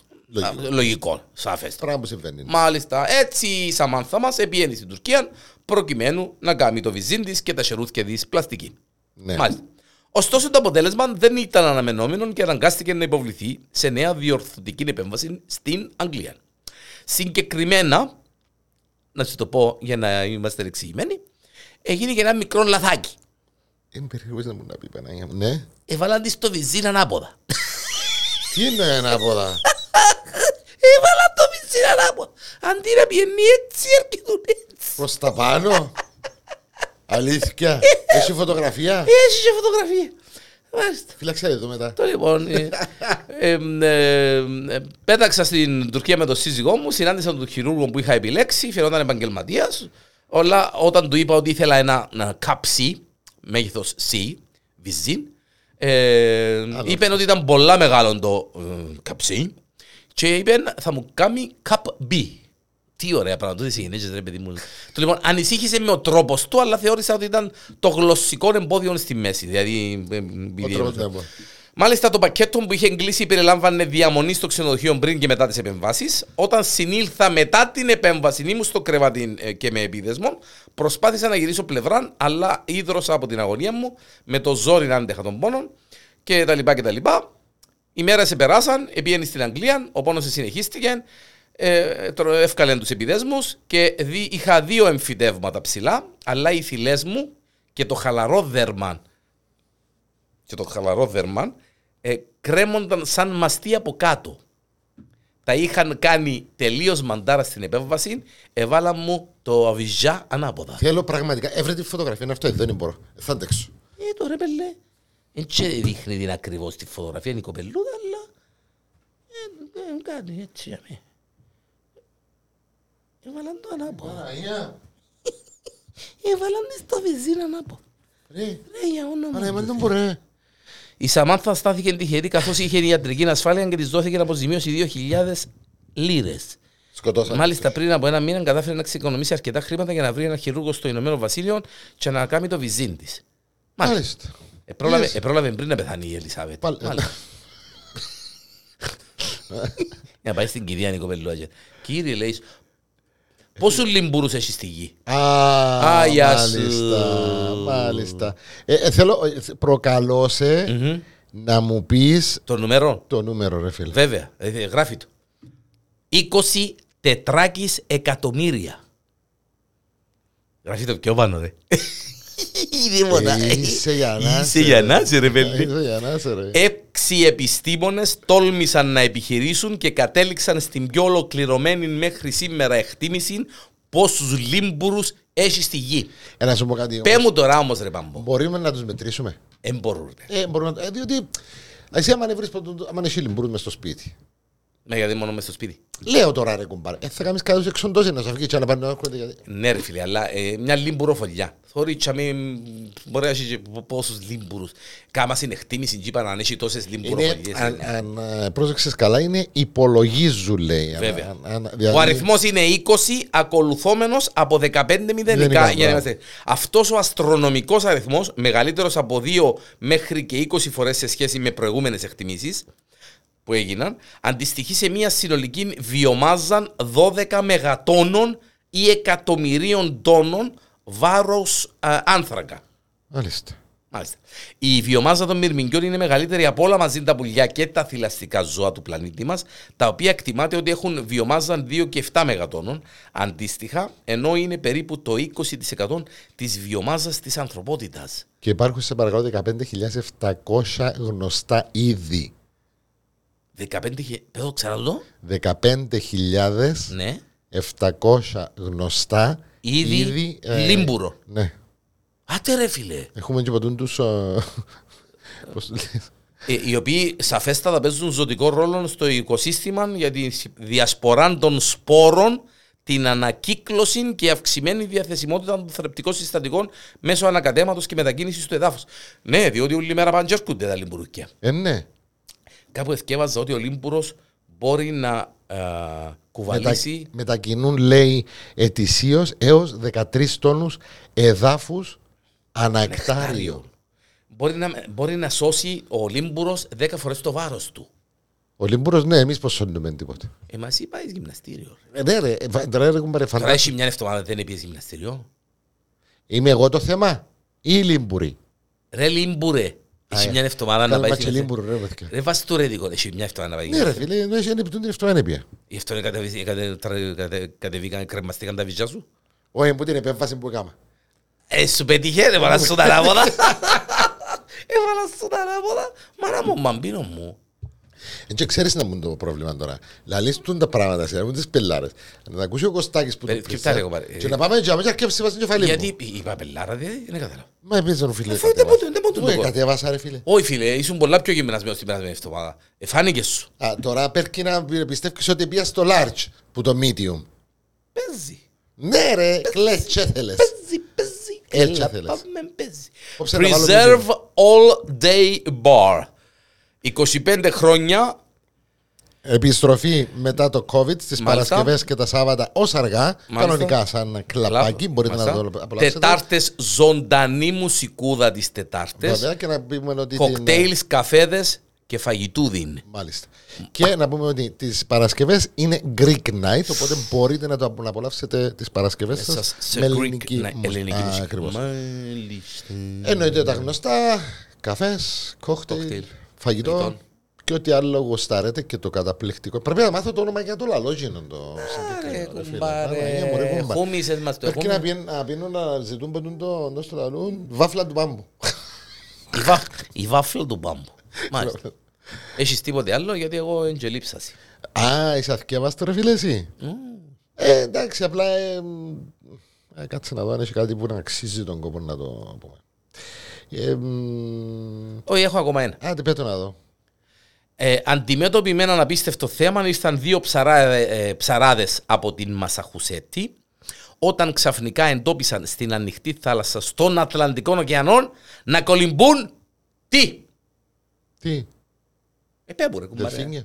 [SPEAKER 2] λογικό.
[SPEAKER 1] Λογικό, σαφέστατα.
[SPEAKER 2] Πράγμα που συμβαίνει.
[SPEAKER 1] Μάλιστα, έτσι η Σαμάνθα μας επηγαίνει στην Τουρκία προκειμένου να κάνει το βυζίν της και τα σερούθια της πλαστική.
[SPEAKER 2] Ναι.
[SPEAKER 1] Μάλιστα. Ωστόσο, το αποτέλεσμα δεν ήταν αναμενόμενο και αναγκάστηκε να υποβληθεί σε νέα διορθωτική επέμβαση στην Αγγλία. Συγκεκριμένα, να σου το πω για να είμαστε εξηγημένοι, έγινε και ένα μικρό λαθάκι.
[SPEAKER 2] Είναι περίεργο Ε, να μου να πει Παναγία μου. Ναι.
[SPEAKER 1] Έβαλαν της στο βυζίν ανάποδα.
[SPEAKER 2] Τι είναι ένα από τα.
[SPEAKER 1] Έβαλαν το βυζίν ανάποδα. Αντί να πηγαίνει έτσι, έρχεται έτσι.
[SPEAKER 2] Προς τα πάνω. Αλήθεια. Έχει φωτογραφία.
[SPEAKER 1] Έχει και φωτογραφία. Μάλιστα.
[SPEAKER 2] Φίλα, ξέρετε το μετά.
[SPEAKER 1] Το λοιπόν. ε, ε, ε, ε, πέταξα στην Τουρκία με τον σύζυγό μου, συνάντησα τον χειρούργο που είχα επιλέξει, φαινόταν επαγγελματίας. Όλα όταν του είπα ότι ήθελα ένα, ένα cup C, μέγεθος C, βυζίν, ε, είπε ότι ήταν πολλά μεγάλο το ε, cup C και είπε θα μου κάνει cup B. Τι ωραία πράγματα, τι συγγενέζε, ρε παιδί μου. Του λοιπόν, ανησύχησε με ο τρόπος του, αλλά θεώρησα ότι ήταν το γλωσσικό εμπόδιο στη μέση. Δηλαδή, ε, ε,
[SPEAKER 2] Ο
[SPEAKER 1] ε,
[SPEAKER 2] τρόπος να πω.
[SPEAKER 1] Μάλιστα, το πακέτο που είχε εγκλήσει περιλάμβανε διαμονή στο ξενοδοχείο πριν και μετά τι επεμβάσει. Όταν συνήλθα μετά την επέμβαση, ήμουν στο κρεβάτι ε, και με επίδεσμο. Προσπάθησα να γυρίσω πλευρά, αλλά ίδρωσα από την αγωνία μου με το ζόρι να άντεχα των πόνων και τα λοιπά και τα λοιπά. Οι μέρε επεράσαν, επήγαινε στην Αγγλία, ο πόνο συνεχίστηκε. Ε, τρο- έφκαλεν τους επιδέσμους και δι- είχα δύο εμφυτεύματα ψηλά, αλλά οι θηλές μου και το χαλαρό δέρμα και το χαλαρό δέρμα ε, κρέμονταν σαν μαστί από κάτω. Τα είχαν κάνει τελείως μαντάρα στην επέμβαση, έβαλα μου το αβιζά ανάποδα.
[SPEAKER 2] Θέλω πραγματικά. Έβρε τη φωτογραφία, είναι αυτό, δεν μπορώ. Θα αντέξω.
[SPEAKER 1] Ε, το ρε πελέ. Δεν ξέρω δείχνει την ακριβώς τη φωτογραφία, είναι η κοπελούδα, αλλά. Ε, ε, κάνει έτσι για μένα. Έβαλαν το ανάποδα.
[SPEAKER 2] Παναγία.
[SPEAKER 1] Έβαλαν τη στο βυζίνα ανάποδα.
[SPEAKER 2] Ρε.
[SPEAKER 1] Ρε, για όνομα.
[SPEAKER 2] Παναγία, δεν ε. μπορεί.
[SPEAKER 1] Η Σαμάνθα στάθηκε τυχερή καθώς είχε ιατρική ασφάλεια και της δόθηκε αποζημίωση 2.000 λίρε.
[SPEAKER 2] Σκοτώσα.
[SPEAKER 1] Μάλιστα, πριν από ένα μήνα κατάφερε να ξεκονομήσει αρκετά χρήματα για να βρει ένα χειρούργο στο Ηνωμένο Βασίλειο και να κάνει το βυζίν της.
[SPEAKER 2] Μάλιστα.
[SPEAKER 1] Επρόλαβε,
[SPEAKER 2] Yes.
[SPEAKER 1] επρόλαβε πριν να πεθάνει η Ελισάβετ.
[SPEAKER 2] Πάλι.
[SPEAKER 1] Μάλιστα. Να πάει στην κηδεία η κοπελούα. Κύριε, λέει, πόσο λιμπουρούς έχεις στη γη.
[SPEAKER 2] Α,
[SPEAKER 1] Α, γεια σου.
[SPEAKER 2] μάλιστα, μάλιστα. Ε, ε, θέλω, ε, προκαλώ σε να μου πεις
[SPEAKER 1] Το νούμερο,
[SPEAKER 2] το νούμερο ρε φίλε.
[SPEAKER 1] βέβαια, ε, ε, γράφει το. 20 τετράκις εκατομμύρια. Γράφει το πιο πάνω, ρε. Τίποτα.
[SPEAKER 2] Ε, Είσαι για να
[SPEAKER 1] Είσαι για να είσαι, ρε
[SPEAKER 2] Ε,
[SPEAKER 1] παιδί.
[SPEAKER 2] Είσαι για να είσαι, ρε.
[SPEAKER 1] Έξι επιστήμονες τόλμησαν να επιχειρήσουν και κατέληξαν στην πιο ολοκληρωμένη μέχρι σήμερα εκτίμηση πόσους λίμπουρους έχει στη γη.
[SPEAKER 2] Ε, να σου πω κάτι.
[SPEAKER 1] Πέ μου τώρα όμως ρε Παμπό.
[SPEAKER 2] Μπορούμε να τους μετρήσουμε.
[SPEAKER 1] Εν μπορούν. ρε.
[SPEAKER 2] Ε, μπορούμε να- ε, διότι εσύ άμα βρεις ποτό- άμα είναι χιλιμπρούς μες στο σπίτι.
[SPEAKER 1] Ναι, γιατί μόνο μες στο σπίτι.
[SPEAKER 2] Λέω τώρα ρε κουμπάρε, ε, θα κάνεις κάτι εξοντώσει να σου αφήσει και να πάνε να έρχονται γιατί.
[SPEAKER 1] Ναι ρε φίλε, αλλά ε, μια λιμπουροφολιά. Θωρεί τσαμί, μ, μπορεί να έχει και πο- πόσους λίμπουρους. Κάμα στην εκτίμηση και είπαν αν έχει τόσες
[SPEAKER 2] Είναι,
[SPEAKER 1] λιμπουροφολιές.
[SPEAKER 2] αν, αν ε, πρόσεξες καλά, είναι υπολογίζου λέει. Αν-
[SPEAKER 1] Βέβαια.
[SPEAKER 2] αν- αν-
[SPEAKER 1] Ο
[SPEAKER 2] δηλαδή-
[SPEAKER 1] αριθμός είναι 20, ακολουθόμενος από 15 μηδενικά.
[SPEAKER 2] Μηδενικά,
[SPEAKER 1] Για να
[SPEAKER 2] μπράβο.
[SPEAKER 1] είμαστε. Αυτός ο αστρονομικός αριθμός, μεγαλύτερος από 2 μέχρι και 20 φορές σε σχέση με προηγούμενες εκτιμήσεις που έγιναν, αντιστοιχεί σε μια συνολική βιομάζα 12 μεγατόνων ή εκατομμυρίων τόνων βάρος άνθρακα.
[SPEAKER 2] Μάλιστα.
[SPEAKER 1] Μάλιστα. Η βιομάζα των μυρμηγκιών είναι μεγαλύτερη από όλα μαζί τα πουλιά και τα θηλαστικά ζώα του πλανήτη μας, τα οποία εκτιμάται ότι έχουν βιομάζα 2 και 7 μεγατόνων αντίστοιχα, ενώ είναι περίπου το 20% της βιομάζας της ανθρωπότητας.
[SPEAKER 2] Και υπάρχουν σε παρακαλώ 15.700 γνωστά είδη.
[SPEAKER 1] 15.000. Εδώ ξαναλέω.
[SPEAKER 2] 15.700
[SPEAKER 1] Ναι.
[SPEAKER 2] γνωστά
[SPEAKER 1] Είδη λίμπουρο.
[SPEAKER 2] Ναι.
[SPEAKER 1] Άτε ρε φίλε.
[SPEAKER 2] Έχουμε και παντού τους... ε, πώς το λες,
[SPEAKER 1] Ε, οι οποίοι σαφέστατα παίζουν ζωτικό ρόλο στο οικοσύστημα για τη διασπορά των σπόρων, την ανακύκλωση και αυξημένη διαθεσιμότητα των θρεπτικών συστατικών μέσω ανακατέματος και μετακίνησης του εδάφου. Ναι, διότι όλη μέρα παντζέρκονται τα λιμπουρούκια.
[SPEAKER 2] Ε, ναι.
[SPEAKER 1] Κάπου ευκέβαζα ότι ο λίμπουρο μπορεί να ε,
[SPEAKER 2] Μετα-
[SPEAKER 1] κουβαλήσει.
[SPEAKER 2] μετακινούν, λέει, ετησίως έως 13 τόνους εδάφους ανακτάριο.
[SPEAKER 1] Μπορεί να, μπορεί να σώσει ο λίμπουρο 10 φορές το βάρος του.
[SPEAKER 2] Ο Λίμπουρος, ναι, εμείς πως σώνουμε τίποτε.
[SPEAKER 1] Ε, μα εσύ πάεις γυμναστήριο. ρε.
[SPEAKER 2] Ε, ναι, ρε, ε, βα- τώρα, ρε, κουμπάρε,
[SPEAKER 1] Τώρα
[SPEAKER 2] φαντά-
[SPEAKER 1] έχει μια εβδομάδα δεν πήγε γυμναστήριο.
[SPEAKER 2] Είμαι εγώ το θέμα ή οι Λίμπουροι.
[SPEAKER 1] Ρε λίμπουρε. Έχει
[SPEAKER 2] ε.
[SPEAKER 1] μια εβδομάδα να
[SPEAKER 2] Κάνε
[SPEAKER 1] πάει Ε,
[SPEAKER 2] μάτσι
[SPEAKER 1] γυμναστήριο.
[SPEAKER 2] Λίμπουρο, ρε, παιδιά.
[SPEAKER 1] Ρε βάζει το ρεδικό, έχει μια εβδομάδα να πάει.
[SPEAKER 2] Ναι, ρε, φίλε, ενώ εσύ είναι επιτούν την αυτοάνεπεια.
[SPEAKER 1] Γι' αυτό είναι κατεβεί- κατε- τρα- κατε- κατεβήκαν, κρεμαστήκαν τα βυζιά σου.
[SPEAKER 2] Όχι, που την επέμβαση που έκανα.
[SPEAKER 1] Ε, σου πετυχέ, ρε, βάλα σου τα ανάποδα. Ε, βάλα σου τα ανάποδα. Μάνα μου, μαμπίνο μου.
[SPEAKER 2] Δεν Ε, ξέρεις να μου είναι το πρόβλημα τώρα. Λαλείς τούν τα πράγματα, σε τις πελάρες. Να τα ακούσει ο Κωστάκης που το
[SPEAKER 1] Περι-
[SPEAKER 2] πρίσε,
[SPEAKER 1] κοιτά, ρε, κομπάρε.
[SPEAKER 2] Και να πάμε και αμέσως και ψήφα στην κεφαλή μου.
[SPEAKER 1] ε. Γιατί η παπελάρα δεν δεν καταλαβαίνω.
[SPEAKER 2] Μα εμείς δεν φίλε
[SPEAKER 1] Αφού δεν
[SPEAKER 2] κατέβασα.
[SPEAKER 1] μπορούν, δεν μπορούν
[SPEAKER 2] Μου, ε,
[SPEAKER 1] το κόβουν.
[SPEAKER 2] κατέβασα, ρε φίλε.
[SPEAKER 1] Όχι φίλε, ήσουν πολλά πιο γυμνασμένος την περασμένη εβδομάδα. Ε, φάνηκε σου.
[SPEAKER 2] Α, Τώρα Πέρκινα πιστεύεις ότι πήγα στο large που το medium.
[SPEAKER 1] Παίζει.
[SPEAKER 2] Ναι ρε, κλέτσε θέλες.
[SPEAKER 1] Παίζει, παίζει.
[SPEAKER 2] Έτσι
[SPEAKER 1] Έλα,
[SPEAKER 2] θέλες.
[SPEAKER 1] πάμε, παίζει.
[SPEAKER 2] Κόψε να βάλω
[SPEAKER 1] Preserve all day bar. 25 χρόνια
[SPEAKER 2] Επιστροφή μετά το COVID στις
[SPEAKER 1] Μάλιστα.
[SPEAKER 2] Παρασκευές και τα Σάββατα ως αργά.
[SPEAKER 1] Μάλιστα.
[SPEAKER 2] Κανονικά σαν κλαπάκι, μπορείτε να το απολαύσετε.
[SPEAKER 1] Τετάρτες, ζωντανή μουσικούδα τι Τετάρτες.
[SPEAKER 2] Βέβαια και να πούμε ότι... την- ε,
[SPEAKER 1] Κοκτέιλ, καφέδες και φαγητούδιν.
[SPEAKER 2] Μάλιστα. Και να πούμε ότι τις Παρασκευές είναι Greek night, οπότε μπορείτε να το να απολαύσετε τις Παρασκευές σα
[SPEAKER 1] Ε, Σας- σε
[SPEAKER 2] με
[SPEAKER 1] Greek,
[SPEAKER 2] ελληνική,
[SPEAKER 1] ναι, ελληνική μουσική.
[SPEAKER 2] Ακριβώς.
[SPEAKER 1] Μάλιστα.
[SPEAKER 2] Εννοείται τα γνωστά, καφές, κόκτελ,
[SPEAKER 1] Κόκτελ,
[SPEAKER 2] φαγητό
[SPEAKER 1] φαγητό.
[SPEAKER 2] και ό,τι άλλο γουστάρετε και το καταπληκτικό. Πρέπει να μάθω το όνομα για το λαλόγινο το
[SPEAKER 1] Άρε,
[SPEAKER 2] συγκεκριμένο, ρε φίλε. Παναγία μου, ρε,
[SPEAKER 1] κουμπάρε.
[SPEAKER 2] κουμπά.
[SPEAKER 1] Χούμισες μας το
[SPEAKER 2] Πρέπει να
[SPEAKER 1] χούμι.
[SPEAKER 2] πιέν- να πίνουν να ζητούν παντού το το στο λαλούν βάφλα του μπάμπου.
[SPEAKER 1] Η βαφ- Η βάφλα του μπάμπου. Μάλιστα. Έχεις τίποτε άλλο γιατί εγώ δεν γελίψασαι.
[SPEAKER 2] Α, είσαι αθηκεύαστο ρε φίλε εσύ.
[SPEAKER 1] Mm.
[SPEAKER 2] Ε, εντάξει, απλά ε, μ, ε, κάτσε να δω αν έχει κάτι που να αξίζει τον κόπο να το πούμε. Ε, μ,
[SPEAKER 1] Όχι, έχω ακόμα ένα.
[SPEAKER 2] άντε πέτω να δω.
[SPEAKER 1] Ε, αντιμέτωποι με έναν απίστευτο θέμα ήρθαν δύο ψαρά, ε, ψαράδες από την Μασαχουσέτη όταν ξαφνικά εντόπισαν στην ανοιχτή θάλασσα στον Ατλαντικό ωκεανό να κολυμπούν τι.
[SPEAKER 2] Τι,
[SPEAKER 1] Επέμπουρε κουμπάρε.
[SPEAKER 2] δελφίνια,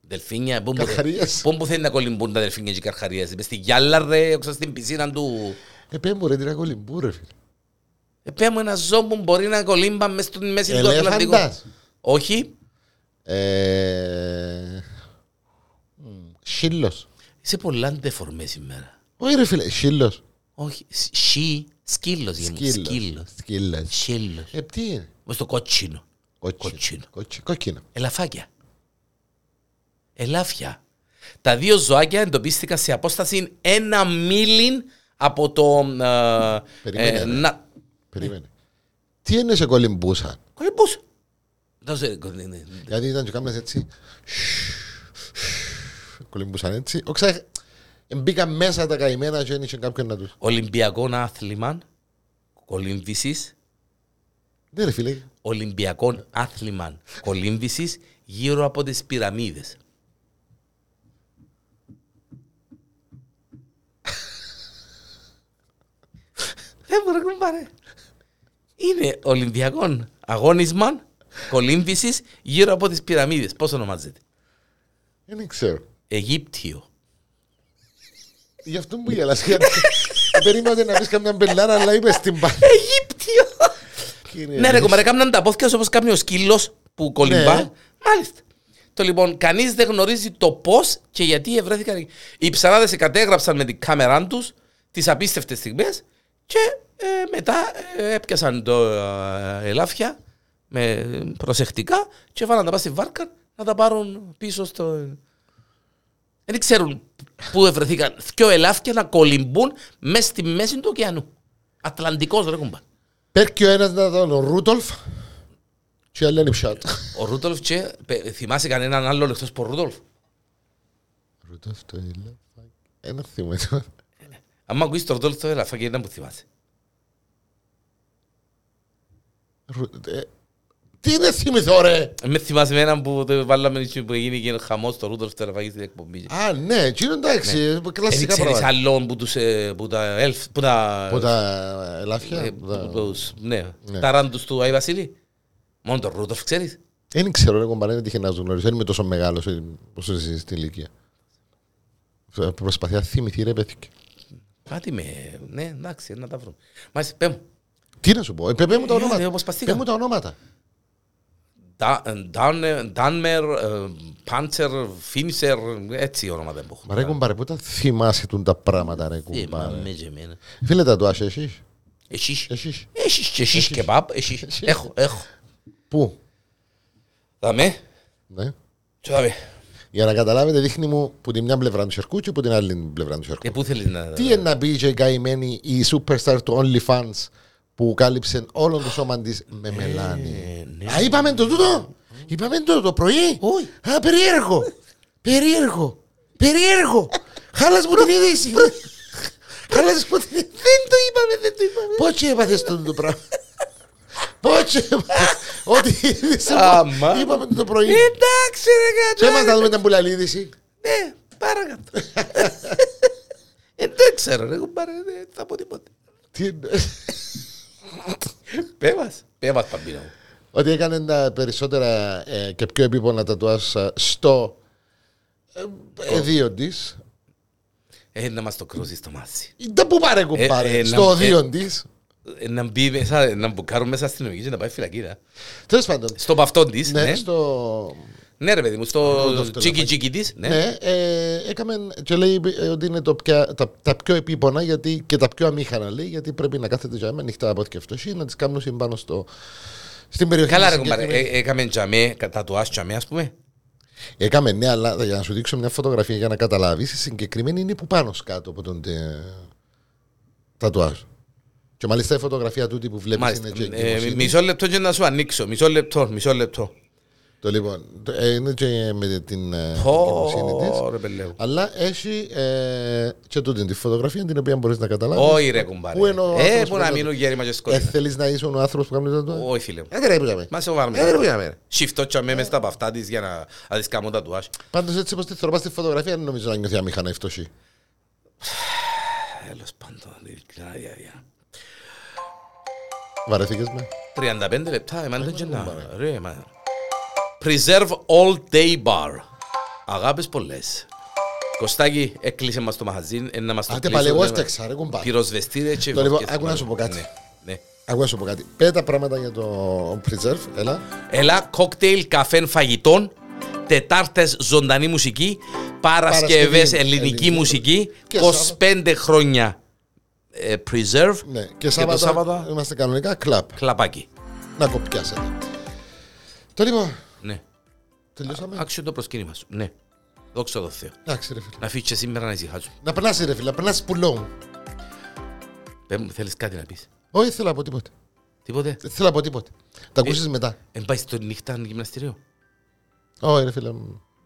[SPEAKER 1] Δελφίνια. πού μου θε-
[SPEAKER 2] καθαρίες.
[SPEAKER 1] Πού μου θέλει να κολυμπούν τα δελφίνια και οι καρχαρίες. Μες στη γυάλα ρε, ξέρω, στην πισίνα του. Ε,
[SPEAKER 2] Ε, πέμπω ρε, τι να κολυμπού ρε φίλε.
[SPEAKER 1] Επέ μου ένα ζώο που μπορεί να κολύμπα μες στη μέση του Ατλαντικού.
[SPEAKER 2] Ελέφαντας.
[SPEAKER 1] Όχι.
[SPEAKER 2] Ε, Σίλος.
[SPEAKER 1] Είσαι πολλά αντεφορμέ σήμερα.
[SPEAKER 2] Όχι, ρε φίλε, Σίλος.
[SPEAKER 1] Όχι, σ- σι, σκύλος γεμί. Σκύλος.
[SPEAKER 2] Σκύλος.
[SPEAKER 1] Σκύλος.
[SPEAKER 2] Ε, τι είναι.
[SPEAKER 1] Μες στο κότσινο.
[SPEAKER 2] Κόκκινο.
[SPEAKER 1] Κόκκινο.
[SPEAKER 2] Κόκκι- Κόκκινο.
[SPEAKER 1] Ελαφάκια. Ελάφια. Τα δύο ζωάκια εντοπίστηκαν σε απόσταση ένα μίλιν από το. ε,
[SPEAKER 2] Περίμενε,
[SPEAKER 1] ε,
[SPEAKER 2] ρε.
[SPEAKER 1] να...
[SPEAKER 2] Περίμενε. Τι είναι σε κολυμπούσαν.
[SPEAKER 1] Κολυμπούς. Δεν ξέρω, ναι, ναι.
[SPEAKER 2] Γιατί ήταν και κάμνες έτσι. Κολυμπούσαν έτσι. Όξα, μπήκαν μέσα τα καημένα και δεν είχε κάποιον να τους.
[SPEAKER 1] Ολυμπιακό άθλημα. Κολύμβησης.
[SPEAKER 2] Ναι ρε φίλε,
[SPEAKER 1] Ολυμπιακό άθλημα κολύμβησης γύρω από τις πυραμίδες. Δεν μπορεί να Ε, πάρε. Είναι Ολυμπιακό αγώνισμα κολύμβησης γύρω από τις πυραμίδες. Πώς ονομάζεται.
[SPEAKER 2] δεν ξέρω.
[SPEAKER 1] Αιγύπτιο.
[SPEAKER 2] Γι' αυτό μου γελάς. γιατί Περίμενε να πεις καμιά μπελάρα, αλλά είπες την πάντα.
[SPEAKER 1] Αιγύπτιο!
[SPEAKER 2] Κύριε
[SPEAKER 1] Ναι, ρε
[SPEAKER 2] Αλέξη.
[SPEAKER 1] κομμάτι, κάμναν τα πόθηκες όπως κάνει ο σκύλος που κολυμπά.
[SPEAKER 2] Ναι.
[SPEAKER 1] Μάλιστα. Το λοιπόν, κανείς δεν γνωρίζει το πώς και γιατί ευρέθηκαν. εκεί. Οι ψαράδες κατέγραψαν με την κάμερά τους τις απίστευτες στιγμές και ε, μετά ε, έπιασαν το ε, ελάφια με, προσεκτικά και βάλαν τα πά στη βάρκα να τα πάρουν πίσω στο... Δεν ξέρουν πού ευρεθήκαν. Δυο ελάφια να κολυμπούν μέσα στη μέση του ωκεανού. Ατλαντικός ρε κουμπά.
[SPEAKER 2] Πέρκει ο ένας να ήταν ο Ρούτολφ και η άλλη είναι η Ψάτ.
[SPEAKER 1] Ο Ρούτολφ και πε- θυμάσαι κανέναν άλλον εκτός από ο Ρούτολφ.
[SPEAKER 2] Ρούτολφ το είναι. Ένα θυμό τώρα.
[SPEAKER 1] Αν ακούεις τον Ρούτολφ τώρα, φάγε ένα που θυμάσαι.
[SPEAKER 2] Ρου- ε, Τι είναι θυμηθώ ρε.
[SPEAKER 1] Ε, Με θυμάσαι με έναν που το βάλαμε εκεί που έγινε και χαμός το Ρούτολφ τώρα φάγε στην εκπομπή.
[SPEAKER 2] Α, ναι, εκείνο εντάξει,
[SPEAKER 1] Δεν
[SPEAKER 2] κλασικά
[SPEAKER 1] ξέρεις
[SPEAKER 2] πράγματα.
[SPEAKER 1] άλλον που τους, ε, που τα ελφ, που τα...
[SPEAKER 2] Από τα
[SPEAKER 1] ε,
[SPEAKER 2] ελάφια.
[SPEAKER 1] που
[SPEAKER 2] από τα-
[SPEAKER 1] τους- Ναι,
[SPEAKER 2] Ναι.
[SPEAKER 1] τα ράντους του Άι Βασίλη. Μόνο τον Ρούτολφ ξέρεις.
[SPEAKER 2] Δεν ξέρω, εγώ παρέντε τυχε να γνωρίζω. Δεν είμαι τόσο μεγάλος όσο εσύ στην ηλικία. Ε, Προσπαθεί να θυμηθεί, ρε πέθηκε.
[SPEAKER 1] Κάτι με... Ναι, εντάξει, να τα βρούμε. Μάλιστα, πέ μου.
[SPEAKER 2] Τι να σου πω, ε, πέ- πέ μου τα
[SPEAKER 1] Ε,
[SPEAKER 2] ονόματα.
[SPEAKER 1] ε, αποσπαστήκα.
[SPEAKER 2] Πέ μου τα ονόματα.
[SPEAKER 1] ε, Ντάνμερ, ε, Πάντσερ, Φίνισερ, ε, έτσι ονόματα που
[SPEAKER 2] Μα ρε
[SPEAKER 1] έχουν.
[SPEAKER 2] κουμπάρε, πού τα θυμάσαι τούν τα πράγματα, ρε κουμπάρε.
[SPEAKER 1] Θυμάμαι και εμένα.
[SPEAKER 2] Φίλε τα τουάσαι εσείς.
[SPEAKER 1] Εσείς.
[SPEAKER 2] Εσείς.
[SPEAKER 1] Εσείς και εσείς και παπ, εσείς. Έχω, έχω.
[SPEAKER 2] Πού.
[SPEAKER 1] Δαμέ,
[SPEAKER 2] Ναι.
[SPEAKER 1] τσο δαμέ.
[SPEAKER 2] Για να καταλάβετε, δείχνει μου που τη μια πλευρά του σερκού και που την άλλη πλευρά του σερκού.
[SPEAKER 1] Και πού θέλεις να...
[SPEAKER 2] Τι είναι Ε, να πει και η καημένη η superstar του OnlyFans που κάλυψε όλον το σώμα της με μελάνι.
[SPEAKER 1] Ε, ναι.
[SPEAKER 2] Α, είπαμε το τούτο! Είπαμε το το πρωί!
[SPEAKER 1] Όχι.
[SPEAKER 2] Α, περίεργο! Περίεργο! Περίεργο! Χάλας μου την είδηση! Χάλας μου την είδηση!
[SPEAKER 1] Δεν το είπαμε, δεν το είπαμε.
[SPEAKER 2] Πότσι έπαθες το το πράγμα! Πότσι έπαθες! Ό,τι είδηση
[SPEAKER 1] Άμα. Ε,
[SPEAKER 2] που είπαμε το το πρωί!
[SPEAKER 1] Εντάξει ρε
[SPEAKER 2] Σε μας να
[SPEAKER 1] κατώ.
[SPEAKER 2] δούμε την πουλαλή είδηση!
[SPEAKER 1] Ναι, παρακάτω. Ε, Δεν ξέρω ρε κουμπάρε, δεν θα πω τίποτα.
[SPEAKER 2] Τι είναι-
[SPEAKER 1] Πέβας, πέβας παμπίνα μου.
[SPEAKER 2] ότι έκανε τα περισσότερα ε, και πιο επίπονα τατουάζ ε, στο ε, εδίο τη.
[SPEAKER 1] Ε, να μας το κρούσεις το μάτσι.
[SPEAKER 2] Δεν που πάρε κουμπάρε,
[SPEAKER 1] Ε, ε,
[SPEAKER 2] στο
[SPEAKER 1] να-
[SPEAKER 2] εδίο τη.
[SPEAKER 1] Ε, Να μπει μέσα, να μπουκάρουν μέσα στην οδηγία και να πάει φυλακή. ρε.
[SPEAKER 2] Τέλος πάντων.
[SPEAKER 1] Στο παυτό της,
[SPEAKER 2] Ναι,
[SPEAKER 1] ναι.
[SPEAKER 2] στο.
[SPEAKER 1] Ναι ρε παιδί μου, στο
[SPEAKER 2] Ρούντολφ το
[SPEAKER 1] τσίκι
[SPEAKER 2] λέω.
[SPEAKER 1] τσίκι της. ναι.
[SPEAKER 2] Ναι, ε, έκαμε. Και λέει ε, ότι είναι το πια- τα, τα πιο επίπονα γιατί, και τα πιο αμήχανα λέει, γιατί πρέπει να κάθεται για μένα νυχτά από και αυτό ή να τις κάνουν συμπάνω στο. Στην περιοχή
[SPEAKER 1] Καλά
[SPEAKER 2] της
[SPEAKER 1] ρε κουμπάρε,
[SPEAKER 2] συγκεκριμένης.
[SPEAKER 1] Ε, έκαμε τζαμέ, τατουάζ τζαμέ ας πούμε.
[SPEAKER 2] Έκαμε, ναι, αλλά για να σου δείξω μια φωτογραφία για να καταλάβεις, η συγκεκριμένη είναι που πάνω κάτω από τον τε... τατουάζ. Και μάλιστα η φωτογραφία τούτη που βλέπεις είναι
[SPEAKER 1] Μάλιστα.
[SPEAKER 2] και
[SPEAKER 1] Ε,
[SPEAKER 2] δημοσίευτη.
[SPEAKER 1] Μισό λεπτό και να σου ανοίξω. Μισό λεπτό, μισό λεπτό.
[SPEAKER 2] Το λοιπόν, το- ε, είναι και με την ε, εγκυμοσύνη της.
[SPEAKER 1] Ω, ρε πελέου.
[SPEAKER 2] Αλλά έχει ε, και τούτη τη φωτογραφία την οποία μπορείς να καταλάβεις.
[SPEAKER 1] Όχι ρε κουμπάρε.
[SPEAKER 2] Πού είναι ο
[SPEAKER 1] Ε,
[SPEAKER 2] άνθρωπος
[SPEAKER 1] που να
[SPEAKER 2] που
[SPEAKER 1] μείνουν γέρημα και
[SPEAKER 2] Ε,
[SPEAKER 1] σκοτεινά.
[SPEAKER 2] θέλεις να είσαι ο άνθρωπος που κάνει το τατουάζ.
[SPEAKER 1] Όχι φίλε μου.
[SPEAKER 2] Ε, δεν πρέπει να με.
[SPEAKER 1] Μα
[SPEAKER 2] Ε, ρε,
[SPEAKER 1] σοβαρά.
[SPEAKER 2] πού να με.
[SPEAKER 1] Σιφτώ τσαμέ μες τα από αυτά της για να να της κάνω τατουάζ.
[SPEAKER 2] Πάντως έτσι όπως τη θωρπά στη φωτογραφία δεν νομίζω να νιώθει αμήχανα η φτωχή.
[SPEAKER 1] Τέλος πάντων. ειλικρινά, δια, δια.
[SPEAKER 2] Βαρεθήκες με.
[SPEAKER 1] 35 λεπτά, εμένα δεν τζενά. Ρε, μα. Preserve all day bar. Αγάπες πολλές. Κωστάκη, έκλεισε μας το μαχαζίν, ε, να μας το
[SPEAKER 2] Άντε
[SPEAKER 1] κλείσουν,
[SPEAKER 2] παλεύω,
[SPEAKER 1] ε,
[SPEAKER 2] έστεξα, ρε κουμπάρε.
[SPEAKER 1] Πυροσβεστήρε και...
[SPEAKER 2] Το λοιπόν,
[SPEAKER 1] βοτιές.
[SPEAKER 2] άκου να σου πω κάτι.
[SPEAKER 1] Ναι, ναι.
[SPEAKER 2] Εγώ σου πω κάτι. Πέτα πράγματα για το Preserve, έλα.
[SPEAKER 1] Έλα, κόκτέιλ καφέν φαγητών Τετάρτες ζωντανή μουσική. Παρασκευές
[SPEAKER 2] Παρασκευή,
[SPEAKER 1] ελληνική
[SPEAKER 2] ελληνική
[SPEAKER 1] μουσική.
[SPEAKER 2] Και
[SPEAKER 1] 25 χρόνια ε, preserve.
[SPEAKER 2] Ναι. Και,
[SPEAKER 1] το
[SPEAKER 2] Σάββατα,
[SPEAKER 1] Σάββατα
[SPEAKER 2] είμαστε κανονικά κλαπ.
[SPEAKER 1] κλαπάκι.
[SPEAKER 2] Να κοπιάσετε. Το λοιπόν,
[SPEAKER 1] Ναι.
[SPEAKER 2] τελειώσαμε.
[SPEAKER 1] Άξιο το προσκύνημα σου. Ναι. Δόξα τω Θεώ.
[SPEAKER 2] Εντάξει ρε φίλε.
[SPEAKER 1] Να φύγεις και σήμερα να ησυχάσω.
[SPEAKER 2] Να περνάς ρε φίλε, να περνάς πουλό.
[SPEAKER 1] Πες μου, θέλεις κάτι να πεις.
[SPEAKER 2] Όχι, θέλω από τίποτε.
[SPEAKER 1] Τίποτε.
[SPEAKER 2] Δεν θέλω από τίποτε.
[SPEAKER 1] Ε.
[SPEAKER 2] Τα ακούσεις μετά.
[SPEAKER 1] Εν πάει στο νύχτα γυμναστήριο.
[SPEAKER 2] Όχι ρε φίλε, μ,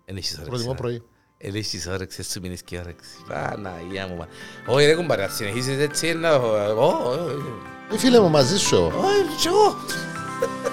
[SPEAKER 1] Εν έχεις άρεξη.
[SPEAKER 2] προτιμώ
[SPEAKER 1] να-
[SPEAKER 2] πρωί.
[SPEAKER 1] Εν έχεις άρεξη, έτσι μείνεις και άρεξη. Παναγία μου. μα. Όχι ρε κουμπάρε, αν συνεχίζεις έτσι να... Ω, ω, ω.
[SPEAKER 2] Ε, Φίλε μου, μαζί σου εγώ.
[SPEAKER 1] Ω, κι εγώ.